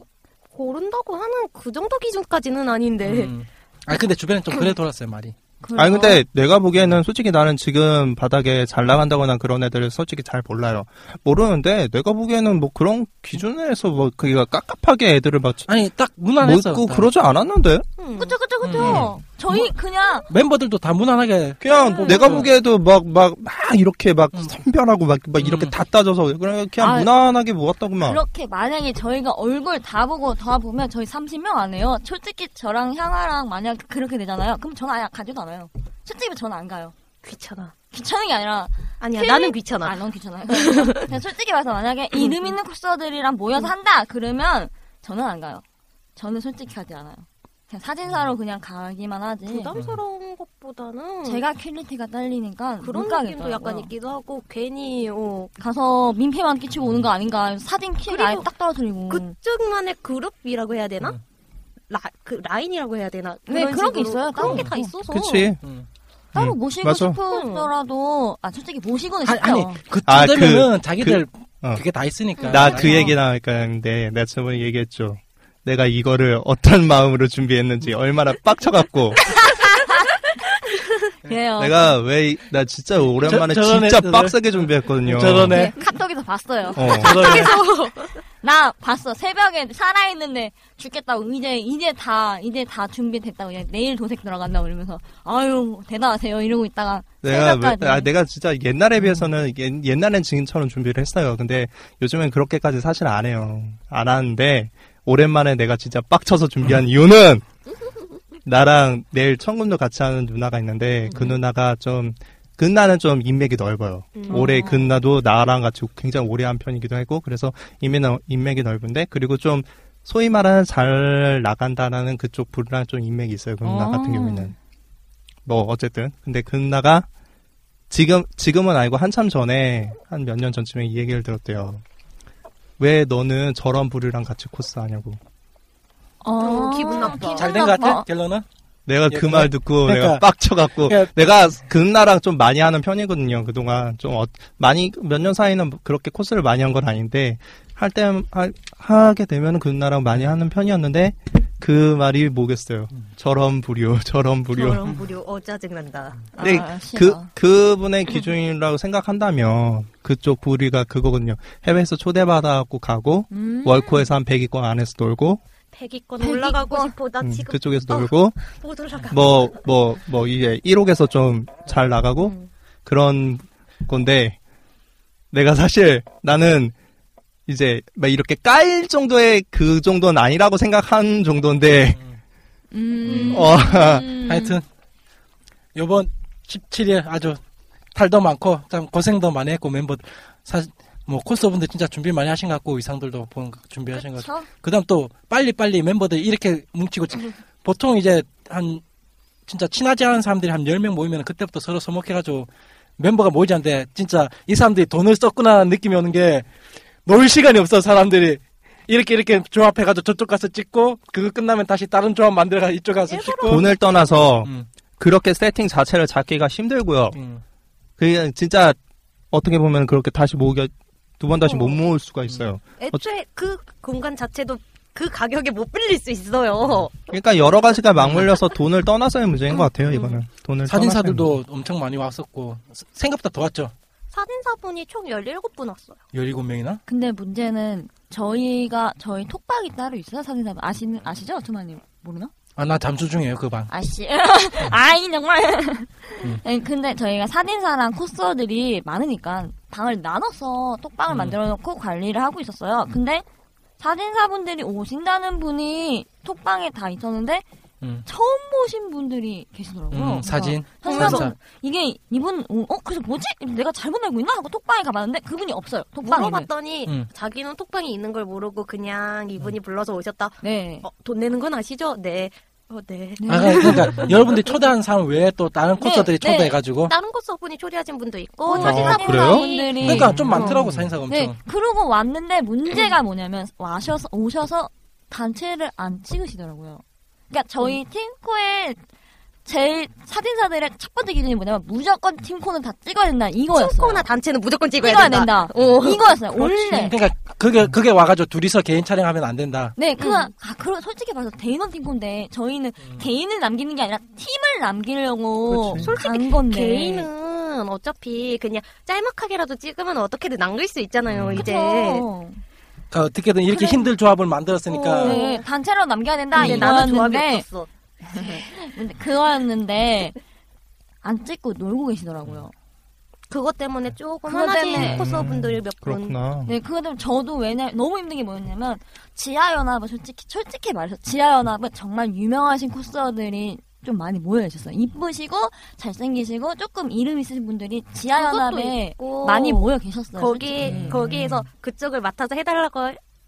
Speaker 11: 고른다고 하는 그 정도 기준까지는 아닌데
Speaker 7: 음.
Speaker 6: 아 근데 주변에 좀 그래 돌았어요 말이.
Speaker 9: 아니 근데 내가 보기에는 솔직히 나는 지금 바닥에 잘 나간다거나 그런 애들을 솔직히 잘 몰라요. 모르는데 내가 보기에는 뭐 그런 기준에서 뭐 그게 깝깝하게 애들을 막
Speaker 6: 아니 딱 무난했어,
Speaker 9: 못고
Speaker 6: 딱.
Speaker 9: 그러지 않았는데
Speaker 13: 그쵸 그쵸 그쵸. 저희 그냥
Speaker 6: 멤버들도 다 무난하게
Speaker 9: 그냥 내가 보기에도 막 막 막 이렇게 막 선별하고 막, 막 이렇게 다 따져서 그냥 그냥
Speaker 7: 아, 그렇죠.
Speaker 9: 무난하게 모았다고만.
Speaker 7: 그렇게 만약에 저희가 얼굴 다 보고 다 보면 저희 30명 안 해요. 솔직히 저랑 향아랑 만약 그렇게 되잖아요. 그럼 저는 아예 가지도 않아요. 솔직히 저는 안 가요.
Speaker 11: 귀찮아.
Speaker 7: 귀찮은 게 아니라
Speaker 11: 아니야,
Speaker 7: 팀이-
Speaker 11: 나는 귀찮아. 음,
Speaker 7: 아, 넌 귀찮아요. 그냥 솔직히 말해서 만약에 이름 있는 코스들이랑 모여서 한다 그러면 저는 안 가요. 저는 솔직히 가지 않아요. 그냥 사진사로 그냥 가기만 하지.
Speaker 11: 음. 부담스러운 것보다는
Speaker 7: 제가 어. 퀄리티가 딸리니까
Speaker 11: 그런 느낌도
Speaker 7: 못 가겠더라고요.
Speaker 11: 약간 있기도 하고 괜히 어,
Speaker 7: 가서 민폐만 끼치고 오는 거 아닌가 사진 킬 아예 딱
Speaker 9: 음.
Speaker 7: 떨어뜨리고
Speaker 11: 그쪽만의 그룹이라고 해야
Speaker 9: 네.
Speaker 11: 되나? 라, 그 라인이라고 해야 되나?
Speaker 7: 네, 그런 게 있어요.
Speaker 11: 그런
Speaker 7: 따로.
Speaker 11: 게 다 있어서.
Speaker 9: 그치.
Speaker 7: 따로
Speaker 9: 음,
Speaker 7: 모시고
Speaker 9: 맞아.
Speaker 7: 싶더라도 아 솔직히 모시고는
Speaker 6: 아니,
Speaker 7: 싶어요.
Speaker 6: 아니, 그쯤 되면은 자기들
Speaker 9: 어.
Speaker 6: 그게 다 있으니까.
Speaker 9: 나 그 얘기 나올까 했는데 내가 저번에 얘기했죠. 내가 이거를 어떤 마음으로 준비했는지 얼마나 빡쳐갖고
Speaker 7: 그래요.
Speaker 9: 내가 왜 나 진짜 오랜만에
Speaker 6: 저- 저런
Speaker 9: 진짜
Speaker 6: 애들을-
Speaker 9: 빡세게 준비했거든요.
Speaker 6: 저런 애.
Speaker 7: 네, 카톡에서 봤어요.
Speaker 9: 어.
Speaker 7: 카톡에서 나 봤어. 새벽에 살아 있는데 죽겠다고 이제 이제 다 이제 다 준비됐다고 이제 내일 도색 들어간다고 이러면서 아유 대단하세요 이러고 있다가
Speaker 9: 내가 왜-
Speaker 7: 새벽까지
Speaker 9: 아, 내가 진짜
Speaker 6: 음.
Speaker 9: 옛날에 비해서는 옛- 옛날엔 지금처럼 준비를 했어요. 근데 요즘엔 그렇게까지 사실 안 해요. 안 하는데 오랜만에 내가 진짜 빡쳐서
Speaker 6: 음.
Speaker 9: 준비한 이유는 나랑 내일 청금도 같이 하는 누나가 있는데
Speaker 6: 음.
Speaker 9: 그 누나가 좀 근나는 좀 인맥이 넓어요.
Speaker 1: 음.
Speaker 9: 올해 근나도 나랑 같이 굉장히 오래 한 편이기도 하고 그래서 인맥, 인맥이 넓은데 그리고 좀 소위 말하는 잘 나간다라는 그쪽 분랑 좀 인맥이 있어요. 그 누나
Speaker 1: 어.
Speaker 9: 같은 경우에는 뭐 어쨌든 근데 근나가 지금 지금은 아니고 한참 전에 한 몇 년 전쯤에 이 얘기를 들었대요. 왜 너는 저런 부류랑 같이 코스 하냐고.
Speaker 7: 어, 뭐.
Speaker 11: 기분 나빠.
Speaker 6: 잘 된 것 같아? 결론은?
Speaker 9: 내가 그 말 듣고
Speaker 6: 그러니까-
Speaker 9: 내가 빡쳐갖고
Speaker 6: 그러니까-
Speaker 9: 내가 금나랑 좀 많이 하는 편이거든요 그동안 좀 어- 많이 몇 년 사이는 그렇게 코스를 많이 한 건 아닌데 할 때 하게 되면은 금나랑 많이 하는 편이었는데 그 말이 뭐겠어요 저런 부류 저런 부류
Speaker 11: 저런 무료 어 짜증난다.
Speaker 7: 음.
Speaker 9: 근데
Speaker 7: 아,
Speaker 9: 그 그분의 기준이라고 생각한다면 그쪽 부류가 그거거든요 해외에서 초대받아갖고 가고
Speaker 11: 음.
Speaker 9: 월코에서 한 100위권 안에서 놀고
Speaker 11: 100위권 올라가고 싶어. 나
Speaker 9: 음,
Speaker 11: 지금
Speaker 9: 그쪽에서
Speaker 11: 어,
Speaker 9: 놀고
Speaker 11: 못 올라가.
Speaker 9: 뭐 뭐 뭐 이제 1옥에서 좀 잘 나가고 그런 건데 내가 사실 나는 이제 막 이렇게 깔 정도의 그 정도는 아니라고 생각한 정도인데 어
Speaker 7: 음.
Speaker 6: 하여튼 요번 17일 아주 탈도 많고 참 고생도 많이 했고 멤버들 사실 뭐 코스분들 진짜 준비 많이 하신 것 같고 의상들도 보는 거 준비하신 것 같고
Speaker 7: 그쵸?
Speaker 6: 그다음 또 빨리빨리 멤버들 이렇게 뭉치고 지- 보통 이제 한 진짜 친하지 않은 사람들이 한 10명 모이면 그때부터 서로 서먹해가지고 멤버가 모이지 않는데 진짜 이 사람들이 돈을 썼구나 하는 느낌이 오는 게 놀 시간이 없어 사람들이 이렇게 이렇게 조합해가지고 저쪽 가서 찍고 그거 끝나면 다시 다른 조합 만들어가 이쪽 가서 찍고
Speaker 9: 돈을 떠나서
Speaker 6: 음.
Speaker 9: 그렇게 세팅 자체를 잡기가 힘들고요. 그게 진짜 어떻게 보면 그렇게 다시 모으기 두 번 다시 못 모을 수가 있어요.
Speaker 11: 애초에 그 공간 자체도 그 가격에 못 빌릴 수 있어요.
Speaker 9: 그러니까 여러 가지가 맞물려서 돈을 떠나서의 문제인 것 같아요. 이거는 돈을
Speaker 6: 사진사들도 엄청 많이 왔었고 스- 생각보다 더 왔죠
Speaker 11: 사진사분이 총 17분 왔어요.
Speaker 6: 17명이나
Speaker 7: 근데 문제는 저희가 저희 톡방이 따로 있어요 사진사 아시는 아시죠 투마님 모르나?
Speaker 6: 아 나 잠수 중이에요 그방
Speaker 7: 아씨. 아이, 정말.
Speaker 6: 음.
Speaker 7: 아니, 근데 저희가 사진사랑 코스어들이 많으니까 방을 나눠서
Speaker 6: 음.
Speaker 7: 톡방을 만들어 놓고 관리를 하고 있었어요. 근데 사진사분들이 오신다는 분이 톡방에 다 있었는데
Speaker 6: 음.
Speaker 7: 처음 보신 분들이 계시더라고요.
Speaker 6: 음, 사진?
Speaker 7: 그래서
Speaker 6: 사진.
Speaker 7: 사진. 이게 이분 어 어, 그래서 뭐지? 내가 잘못 알고 있나 하고 톡방에 가봤는데 그분이 없어요. 톡방에는.
Speaker 11: 물어봤더니
Speaker 7: 음.
Speaker 11: 자기는 톡방이 있는 걸 모르고 그냥
Speaker 9: 음.
Speaker 11: 이분이 불러서 오셨다.
Speaker 7: 네.
Speaker 11: 어, 돈 내는 건 아시죠? 네. 어, 네.
Speaker 6: 아, 그러니까 여러분들이 초대한 사람 외에 또 다른 코스들이
Speaker 11: 네,
Speaker 6: 초대해가지고
Speaker 11: 네. 다른 코스분이 초대하신 분도 있고
Speaker 7: 어,
Speaker 11: 사진사
Speaker 7: 그래요? 분들이-
Speaker 6: 그러니까 좀
Speaker 7: 어.
Speaker 6: 많더라고 사진사가 엄청.
Speaker 7: 네, 그러고 왔는데 문제가 뭐냐면 와셔서 오셔서 단체를 안 찍으시더라고요.
Speaker 11: 음.
Speaker 7: 그러니까 저희 팀코의 제일 사진사들의 첫 번째 기준이 뭐냐면 무조건 팀코는 다 찍어야 된다 이거였어요. 팀코나
Speaker 11: 단체는 무조건 찍어야
Speaker 7: 된다.
Speaker 11: 된다. 오.
Speaker 7: 이거였어요.
Speaker 11: 그렇지. 음.
Speaker 7: 원래.
Speaker 6: 그러니까 그게 그게 와가지고 둘이서 개인 촬영하면 안 된다.
Speaker 7: 네,
Speaker 11: 음.
Speaker 7: 그냥 아 그럼 솔직히 말해서 개인원 팀코인데 저희는 개인을 남기는 게 아니라 팀을 남기려고 간 건데.
Speaker 11: 개인은 어차피 그냥 짤막하게라도 찍으면 어떻게든 남길 수 있잖아요,
Speaker 9: 음.
Speaker 11: 이제.
Speaker 7: 그쵸.
Speaker 6: 그러니까 어떻게든 이렇게 힘들 조합을 만들었으니까.
Speaker 7: 네, 단체로 남겨야 된다
Speaker 11: 근데 나는 조합이
Speaker 7: 음. 이거였는데 네.
Speaker 11: 없었어.
Speaker 7: 근데 그거였는데 안 찍고 놀고 계시더라고요.
Speaker 11: 그것 때문에 조금
Speaker 7: 그거 때문에.
Speaker 11: 화나신 코스분들 몇 분.
Speaker 9: 그렇구나.
Speaker 7: 네, 그것 때문에 저도 왜냐 너무 힘든 게 뭐였냐면 지하연합은 솔직히 솔직히 말해서 지하연합은 정말 유명하신 코스터들이 좀 많이 모여 있었어요. 이쁘시고 잘생기시고 조금 이름 있으신 분들이
Speaker 11: 그것도
Speaker 7: 지하연합에
Speaker 11: 있고.
Speaker 7: 많이 모여 계셨어요.
Speaker 11: 거기
Speaker 7: 네, 솔직히.
Speaker 11: 거기에서 그쪽을 맡아서 해달라고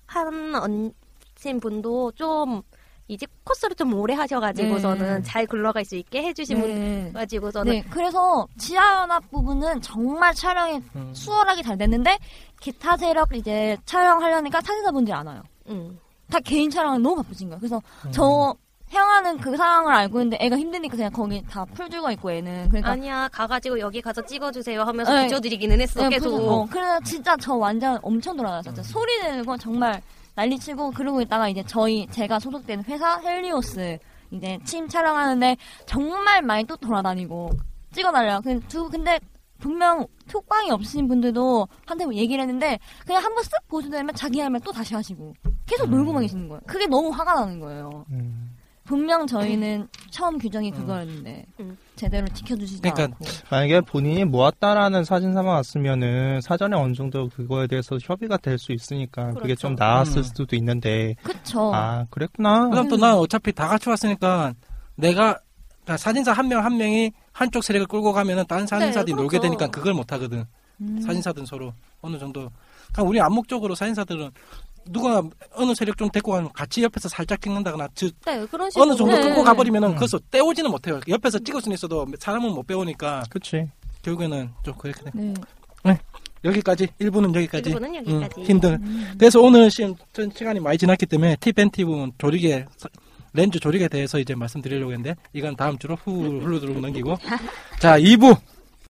Speaker 11: 한 언신 분도 좀 이제 코스를 좀 오래 하셔가지고서는
Speaker 7: 네.
Speaker 11: 잘 굴러갈 수 있게 해주신 분 가지고서는
Speaker 7: 네, 그래서 지하연합 부분은 정말 촬영이
Speaker 6: 음.
Speaker 7: 수월하게 잘 됐는데 기타 세력 이제 촬영하려니까 사진사분들이 안 와요.
Speaker 11: 음.
Speaker 7: 다 개인 촬영을 너무 바쁘신 거예요. 그래서 저 향하는 그 상황을 알고 있는데 애가 힘드니까 그냥 거기 다 풀주가 있고 애는 그러니까
Speaker 11: 아니야 가가지고 여기 가서 찍어주세요 하면서
Speaker 7: 네.
Speaker 11: 붙여드리기는 했어
Speaker 7: 네,
Speaker 11: 계속
Speaker 7: 그래서, 어, 그래서 진짜 저 완전 엄청 돌아다녔어요.
Speaker 11: 음.
Speaker 7: 진짜 소리 내는 건 정말 난리치고 그러고 있다가 이제 저희 제가 소속된 회사 헬리오스 이제 팀 촬영하는데 정말 많이 또 돌아다니고 찍어달라. 근데, 두, 근데 분명 톡방이 없으신 분들도 한테 뭐 얘기를 했는데 그냥 한번 쓱 보시면 자기 하면 또 다시 하시고 계속
Speaker 11: 음.
Speaker 7: 놀고만 계시는 거예요. 그게 너무 화가 나는 거예요.
Speaker 9: 음.
Speaker 7: 분명 저희는 처음 규정이 그거였는데
Speaker 11: 음.
Speaker 7: 제대로 지켜주시지
Speaker 6: 그러니까
Speaker 7: 않고
Speaker 9: 만약에 본인이 모았다라는 사진사만 왔으면은 사전에 어느 정도 그거에 대해서 협의가 될 수 있으니까 그게
Speaker 7: 그렇죠. 어.
Speaker 9: 좀 나았을
Speaker 6: 음.
Speaker 9: 수도 있는데
Speaker 7: 그쵸.
Speaker 9: 아 그랬구나.
Speaker 6: 그다음 또난 어차피 다 같이 왔으니까 내가 그러니까 사진사 한 명 한 명이 한쪽 세력을 끌고 가면은 다른 사진사들이
Speaker 9: 그렇죠.
Speaker 6: 놀게 되니까 그걸 못 하거든.
Speaker 9: 음.
Speaker 6: 사진사들은 서로 어느 정도. 그러니까 우리 암묵적으로 사진사들은 누가 어느 세력 좀 데리고 가면 같이 옆에서 살짝 찍는다거나 즉
Speaker 11: 네, 그런 식으로
Speaker 6: 어느 정도
Speaker 11: 네.
Speaker 6: 끌고 가버리면은 그래서 떼오지는 못해요. 옆에서 찍을 수는 있어도 사람은 못 배우니까.
Speaker 9: 그렇지.
Speaker 6: 결국에는 좀 그렇게 돼.
Speaker 7: 네.
Speaker 6: 여기까지 1부는 여기까지. 음,
Speaker 11: 일부는 여기까지. 음.
Speaker 6: 힘들. 그래서 오늘 지금 좀 시간이 많이 지났기 때문에 티벤티분 조리개 서- 렌즈 조리개에 대해서 이제 말씀드리려고 했는데 이건 다음 주로 후 흘러들고 넘기고 자 2부